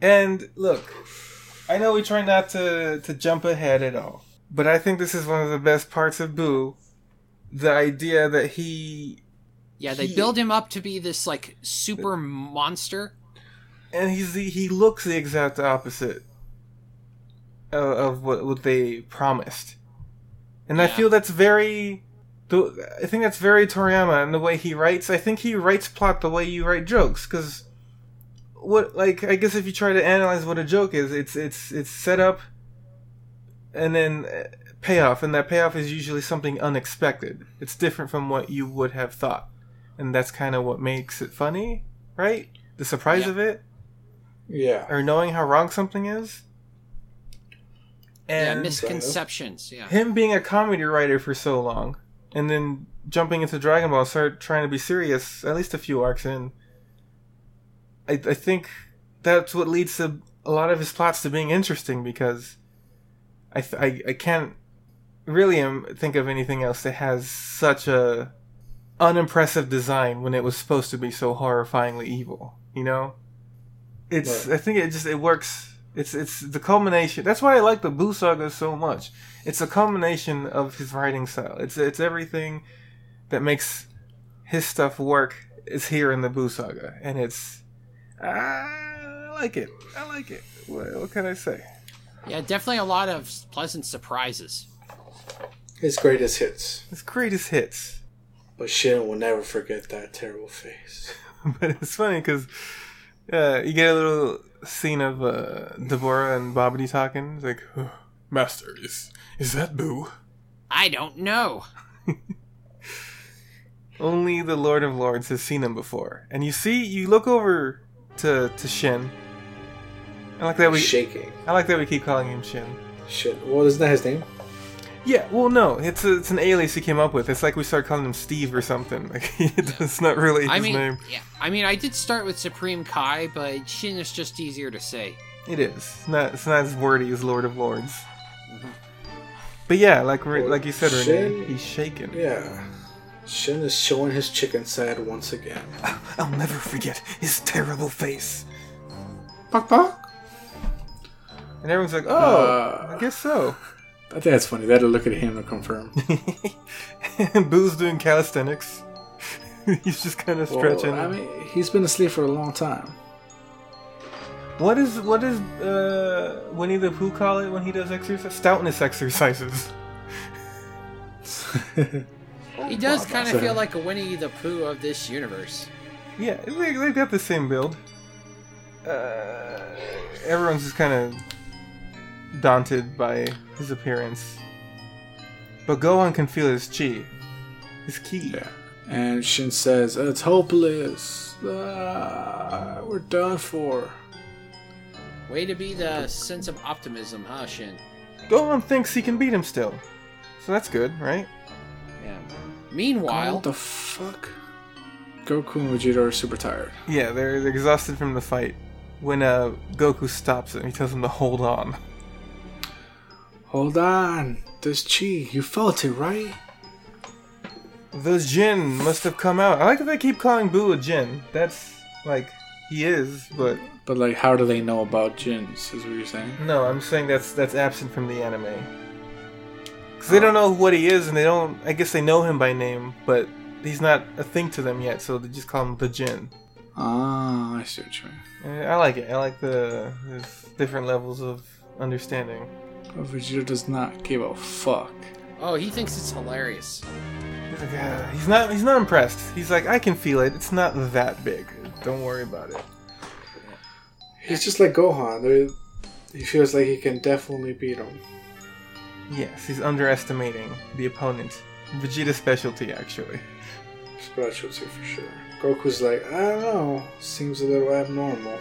[SPEAKER 1] And look, I know we try not to, to jump ahead at all, but I think this is one of the best parts of Boo. The idea that he
[SPEAKER 3] Yeah, they
[SPEAKER 1] He-
[SPEAKER 3] build him up to be this like super monster.
[SPEAKER 1] and he's the, he looks the exact opposite of, of what what they promised, and I
[SPEAKER 3] Yeah.
[SPEAKER 1] feel that's very. the- I think that's very Toriyama and the way he writes. I think he writes plot the way you write jokes, because what like I guess if you try to analyze what a joke is, it's it's it's set up, and then uh, payoff, and that payoff is usually something unexpected. It's different from what you would have thought, and that's kind of what makes it funny, right? The surprise
[SPEAKER 3] Yeah.
[SPEAKER 1] of it
[SPEAKER 4] Yeah.
[SPEAKER 1] or knowing how wrong something is.
[SPEAKER 3] yeah,
[SPEAKER 1] And
[SPEAKER 3] misconceptions. Yeah.
[SPEAKER 1] him being a comedy writer for so long, and then jumping into Dragon Ball, start trying to be serious at least a few arcs in. I, I think that's what leads to a lot of his plots to being interesting because I th- I, I can't really um, think of anything else that has such a unimpressive design when it was supposed to be so horrifyingly evil. You know, it's I think it just it works. It's it's the culmination. That's why I like the Boo Saga so much. It's a culmination of his writing style. It's it's everything that makes his stuff work is here in the Boo Saga, and it's I like it. I like it. What, what can I say?
[SPEAKER 3] Yeah, definitely a lot of s- pleasant surprises.
[SPEAKER 4] His greatest hits.
[SPEAKER 1] His greatest hits.
[SPEAKER 4] But Shin will never forget that terrible face.
[SPEAKER 1] but it's funny because uh, you get a little scene of uh, Deborah and Bobbity talking. It's like, "Huh, Master, is is that Boo?
[SPEAKER 3] I don't know.
[SPEAKER 1] Only the Lord of Lords has seen him before. And you see, you look over to to Shin. I like that we
[SPEAKER 4] Shaking.
[SPEAKER 1] I like that we keep calling him Shin.
[SPEAKER 4] Shit. Well, isn't that his name?
[SPEAKER 1] Yeah, well, no, it's a, it's an alias he came up with. It's like we start calling him Steve or something. Like it's not really his
[SPEAKER 3] I mean,
[SPEAKER 1] name.
[SPEAKER 3] yeah, I mean, I did start with Supreme Kai, but Shin is just easier to say.
[SPEAKER 1] It is. It's not. It's not as wordy as Lord of Lords. But yeah, like Re-
[SPEAKER 4] Mm-hmm. Well,
[SPEAKER 1] like you said, Renee,
[SPEAKER 4] Shin-
[SPEAKER 1] he's shaken.
[SPEAKER 4] Yeah. Shin is showing his chicken side once again.
[SPEAKER 1] I'll never forget his terrible face.
[SPEAKER 4] Bok bok.
[SPEAKER 1] And everyone's like, "Oh,
[SPEAKER 4] Uh.
[SPEAKER 1] I guess so."
[SPEAKER 4] I think that's funny. They had to look at him to confirm.
[SPEAKER 1] and Boo's doing calisthenics. he's just kind of stretching.
[SPEAKER 4] Well, I mean, he's been asleep for a long time.
[SPEAKER 1] what is what is uh, Winnie the Pooh call it when he does exercise? Stoutness exercises.
[SPEAKER 4] Oh,
[SPEAKER 3] He does kind of
[SPEAKER 4] so-
[SPEAKER 3] feel like a Winnie the Pooh of this universe.
[SPEAKER 1] Yeah, they, they've got the same build. Uh, everyone's just kind of daunted by his appearance. But Gohan can feel his chi. His ki.
[SPEAKER 4] Yeah. And Shin says, It's hopeless. Ah, we're done for.
[SPEAKER 3] Way to be the sense of optimism, huh, Shin?
[SPEAKER 1] Gohan thinks he can beat him still. So that's good, right?
[SPEAKER 3] Yeah.
[SPEAKER 4] What
[SPEAKER 3] Meanwhile,
[SPEAKER 4] the fuck? Goku and Vegeta are super tired.
[SPEAKER 1] Yeah, they're, they're exhausted from the fight. When uh, Goku stops him, he tells him to hold on.
[SPEAKER 4] Hold on. This chi, you felt it, right?
[SPEAKER 1] The Jin must have come out. I like that they keep calling Boo a Jin. That's like, he is, but
[SPEAKER 4] But, like, how do they know about Jin's, is what you're saying?
[SPEAKER 1] No, I'm saying that's that's absent from the anime. Because they don't know what he is, and they don't. I guess they know him by name, but he's not a thing to them yet, so they just call him the Jin.
[SPEAKER 4] Ah, I see what you mean.
[SPEAKER 1] Uh, I like it. I like the there's different levels of understanding.
[SPEAKER 4] But Vegeta does not give a fuck.
[SPEAKER 3] oh, he thinks it's hilarious.
[SPEAKER 1] He's like, "Ah," he's not. He's not impressed. He's like, I can feel it. It's not that big. Don't worry about it.
[SPEAKER 4] He's just like Gohan. They- He feels like he can definitely beat him.
[SPEAKER 1] Yes, he's underestimating the opponent. Vegeta's specialty, actually.
[SPEAKER 4] Spiritual too, for sure. Goku's like, I don't know. Seems a little abnormal.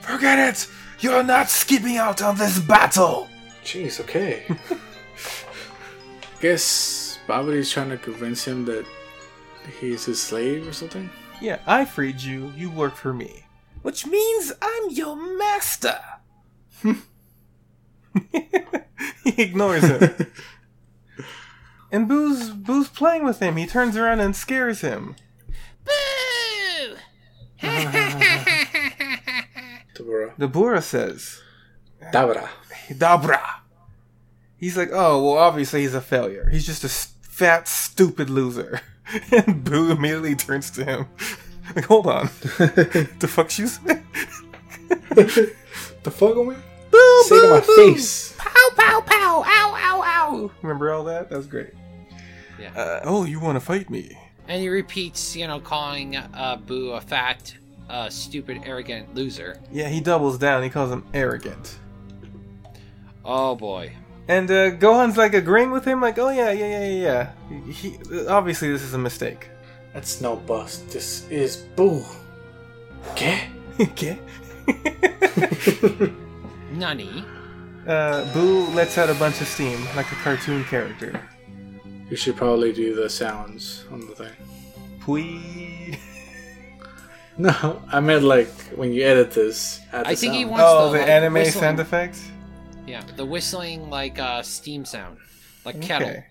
[SPEAKER 1] Forget it! You're not skipping out on this battle!
[SPEAKER 4] Jeez, okay.
[SPEAKER 2] Guess Babidi's trying to convince him that he's his slave or something.
[SPEAKER 1] Yeah, I freed you, you work for me. Which means I'm your master! he ignores him. and Boo's, Boo's playing with him. He turns around and scares him.
[SPEAKER 5] Boo!
[SPEAKER 4] Deborah.
[SPEAKER 1] The Bura says,
[SPEAKER 2] Dabra.
[SPEAKER 1] Dabra! He's like, oh, well, obviously he's a failure. He's just a s- fat, stupid loser. and Boo immediately turns to him. Like, hold on. the fuck you say?
[SPEAKER 4] The fuck, man?
[SPEAKER 1] Boo,
[SPEAKER 4] Say to my face.
[SPEAKER 1] Pow, pow, pow, ow, ow, ow. Remember all that? That was great.
[SPEAKER 3] Yeah.
[SPEAKER 1] Uh, oh, you want to fight me?
[SPEAKER 3] And he repeats, you know, calling uh, Boo a fat, uh, stupid, arrogant loser.
[SPEAKER 1] Yeah, he doubles down. He calls him arrogant.
[SPEAKER 3] Oh boy.
[SPEAKER 1] And uh, Gohan's like agreeing with him, like, oh, yeah, yeah, yeah, yeah. yeah. He, obviously, this is a mistake.
[SPEAKER 2] That's no bust. This is Boo. Okay?
[SPEAKER 1] okay.
[SPEAKER 3] Nani.
[SPEAKER 1] uh, Boo lets out a bunch of steam, like a cartoon character.
[SPEAKER 2] You should probably do the sounds on the thing.
[SPEAKER 1] Pwee.
[SPEAKER 2] No, I meant like when you edit this. Add the
[SPEAKER 3] I think he
[SPEAKER 2] sound.
[SPEAKER 3] wants
[SPEAKER 1] Oh,
[SPEAKER 3] the,
[SPEAKER 1] the
[SPEAKER 3] like,
[SPEAKER 1] anime
[SPEAKER 3] whistling-
[SPEAKER 1] sound effects?
[SPEAKER 3] Yeah, the whistling like uh, steam sound, like kettle.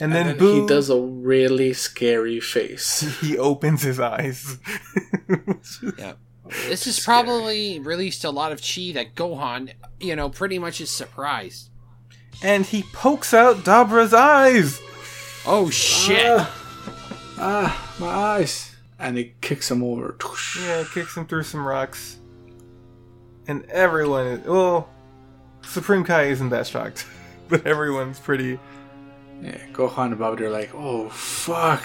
[SPEAKER 1] And
[SPEAKER 2] And
[SPEAKER 1] then,
[SPEAKER 2] then
[SPEAKER 1] Boo.
[SPEAKER 2] he does a really scary face.
[SPEAKER 1] he opens his eyes.
[SPEAKER 3] This is probably released a lot of chi that Gohan, you know, pretty much is surprised.
[SPEAKER 1] and he pokes out Dabra's eyes.
[SPEAKER 3] Oh shit!
[SPEAKER 2] Ah, ah, my eyes. And he kicks him over.
[SPEAKER 1] Yeah, kicks him through some rocks. And everyone is. Well, Supreme Kai isn't that shocked. But everyone's pretty.
[SPEAKER 2] Yeah, Gohan and Babidi are like, oh fuck.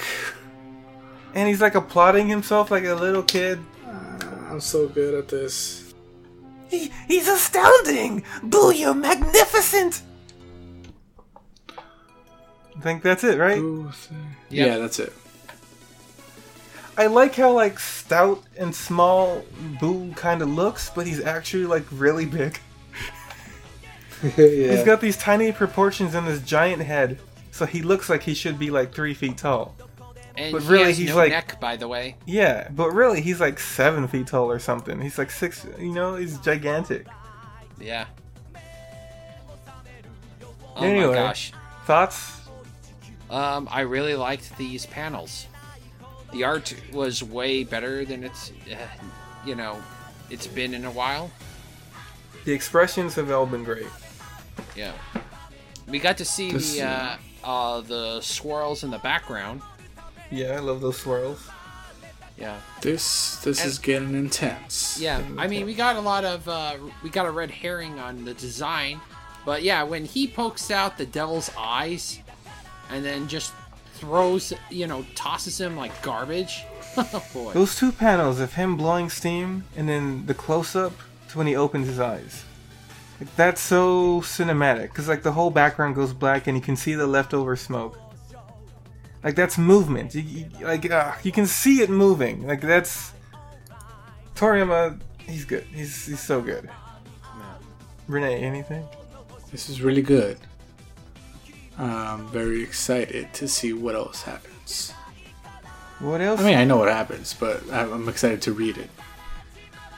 [SPEAKER 1] And he's like applauding himself like a little kid.
[SPEAKER 2] Ah, I'm so good at this.
[SPEAKER 1] He, he's astounding! Boo, you're magnificent! I think that's it, right?
[SPEAKER 2] Boo thing.
[SPEAKER 3] Yep.
[SPEAKER 2] Yeah, that's it.
[SPEAKER 1] I like how like stout and small Boo kind of looks, but he's actually like really big.
[SPEAKER 4] yeah.
[SPEAKER 1] He's got these tiny proportions in this giant head, so he looks like he should be like three feet tall.
[SPEAKER 3] and
[SPEAKER 1] but
[SPEAKER 3] he
[SPEAKER 1] really,
[SPEAKER 3] has
[SPEAKER 1] he's
[SPEAKER 3] no
[SPEAKER 1] like-
[SPEAKER 3] neck, by the way.
[SPEAKER 1] Yeah, but really he's like seven feet tall or something. He's like six, you know, he's gigantic.
[SPEAKER 3] Yeah. Oh
[SPEAKER 1] Anyway.
[SPEAKER 3] my gosh.
[SPEAKER 1] Thoughts?
[SPEAKER 3] Um, I really liked these panels. The art was way better than it's, uh, you know, it's been in a while.
[SPEAKER 1] The expressions have all been great.
[SPEAKER 3] Yeah. We got to see
[SPEAKER 2] This-
[SPEAKER 3] the uh, uh, the swirls in the background.
[SPEAKER 1] Yeah, I love those swirls.
[SPEAKER 3] Yeah.
[SPEAKER 2] This this
[SPEAKER 3] And-
[SPEAKER 2] is getting intense.
[SPEAKER 3] Yeah. I mean, we got a lot of uh, we got a red herring on the design, but yeah, when he pokes out the devil's eyes, and then just throws, you know, tosses him like garbage. oh boy.
[SPEAKER 1] Those two panels of him blowing steam and then the close up to when he opens his eyes. Like, that's so cinematic because like the whole background goes black and you can see the leftover smoke. Like that's movement. You, you- like ah, you can see it moving. Like that's Toriyama. He's good. He's he's so good. Renee, anything?
[SPEAKER 2] This is really good. I'm very excited to see what else happens.
[SPEAKER 1] What else?
[SPEAKER 2] I mean, I know what happens, but I'm I'm excited to read it.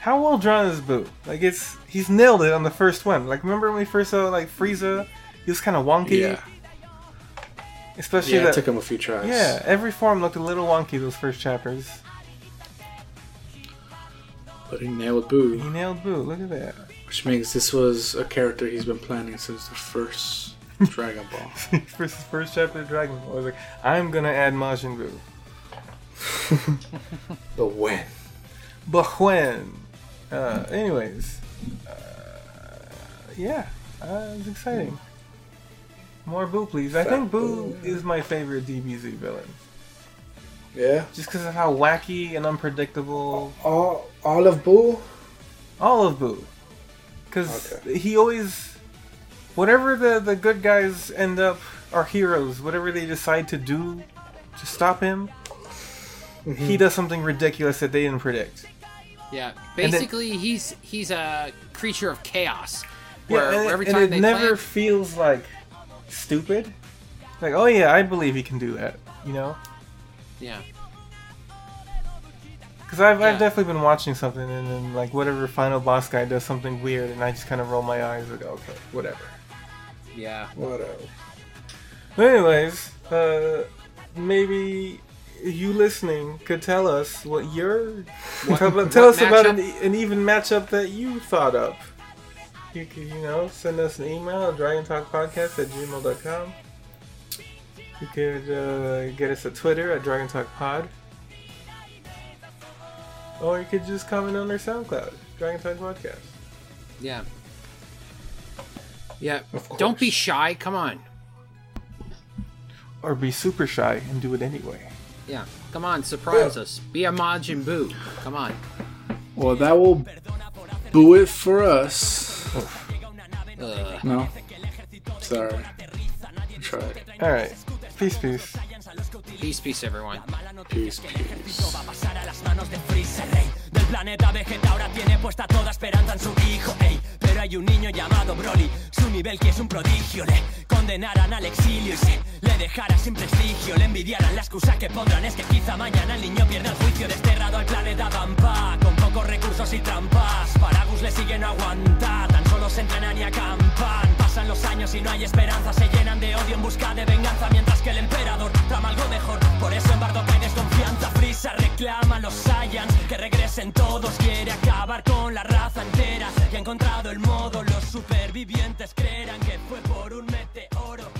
[SPEAKER 1] How well drawn is Boo? Like it's he's nailed it on the first one. Like remember when we first saw like Frieza? He was kind of wonky.
[SPEAKER 2] Yeah,
[SPEAKER 1] Especially
[SPEAKER 2] yeah, it
[SPEAKER 1] that
[SPEAKER 2] took him a few tries.
[SPEAKER 1] Yeah, every form looked a little wonky those first chapters.
[SPEAKER 2] but he nailed Boo.
[SPEAKER 1] He nailed Boo. Look at that.
[SPEAKER 2] Which means this was a character he's been planning since the first Dragon Ball.
[SPEAKER 1] first, first chapter of Dragon Ball. I was like, I'm gonna add Majin Buu.
[SPEAKER 2] The when?
[SPEAKER 1] But when? Uh, anyways, uh, yeah, uh, it was exciting. More Boo, please. I think Boo is my favorite DBZ villain,
[SPEAKER 4] yeah.
[SPEAKER 1] just because of how wacky and unpredictable.
[SPEAKER 4] All, all of Boo?
[SPEAKER 1] All of Boo, because
[SPEAKER 4] Okay.
[SPEAKER 1] he always, whatever the the good guys end up are heroes. Whatever they decide to do to stop him, he does something ridiculous that they didn't predict.
[SPEAKER 3] Yeah,
[SPEAKER 1] And then-
[SPEAKER 3] basically he's he's a creature of chaos.
[SPEAKER 1] Yeah,
[SPEAKER 3] Where
[SPEAKER 1] and, it-
[SPEAKER 3] every
[SPEAKER 1] and
[SPEAKER 3] time
[SPEAKER 1] it
[SPEAKER 3] they
[SPEAKER 1] never
[SPEAKER 3] plant,
[SPEAKER 1] feels like stupid. Like, oh yeah, I believe he can do that. You know,
[SPEAKER 3] yeah,
[SPEAKER 1] because I've, I've
[SPEAKER 3] Yeah.
[SPEAKER 1] definitely been watching something, and then like whatever final boss guy does something weird, and I just kind of roll my eyes like, okay, whatever.
[SPEAKER 3] yeah,
[SPEAKER 4] Whatever.
[SPEAKER 1] But anyways, uh, maybe you listening could tell us what your
[SPEAKER 3] What-
[SPEAKER 1] tell,
[SPEAKER 3] what
[SPEAKER 1] tell us about an,
[SPEAKER 3] matchup?
[SPEAKER 1] e- an even matchup that you thought up. You can, you know, send us an email at dragontalkpodcast at gmail.com. You could uh, get us a Twitter at Dragon Talk Pod. Or you could just comment on our SoundCloud, Dragon Talk Podcast.
[SPEAKER 3] yeah, yeah.
[SPEAKER 4] Of course.
[SPEAKER 3] Don't be shy. Come on,
[SPEAKER 1] Or be super shy and do it anyway.
[SPEAKER 3] yeah, come on. Surprise us. Be a Majin Buu. Come on.
[SPEAKER 4] Well, that will do it for us.
[SPEAKER 3] Ugh.
[SPEAKER 4] No. Sorry. I tried.
[SPEAKER 1] Alright. Peace, peace.
[SPEAKER 3] Peace, peace, everyone.
[SPEAKER 4] Peace, peace.
[SPEAKER 6] va a pasar a las manos de Freezer, rey del planeta Vegeta. Ahora tiene puesta toda esperanza en su hijo, ey. Pero hay un niño llamado Broly, su nivel que es un prodigio. Le condenarán al exilio y se le dejará sin prestigio. Le envidiarán la excusa que pondrán es que quizá mañana el niño pierda el juicio. Desterrado al planeta Vampa, con pocos recursos y trampas. Paragus le siguen no aguanta, tan solo se entrenan y acampan. Pasan los años y no hay esperanza, se llenan de odio en busca de venganza. Mientras que el emperador trama algo mejor, por eso en Bardock hay desconfianza. Frisa reclama a los Saiyans que regresen todos. Quiere acabar con la raza entera. Y ha encontrado el modo, los supervivientes creerán que fue por un meteoro.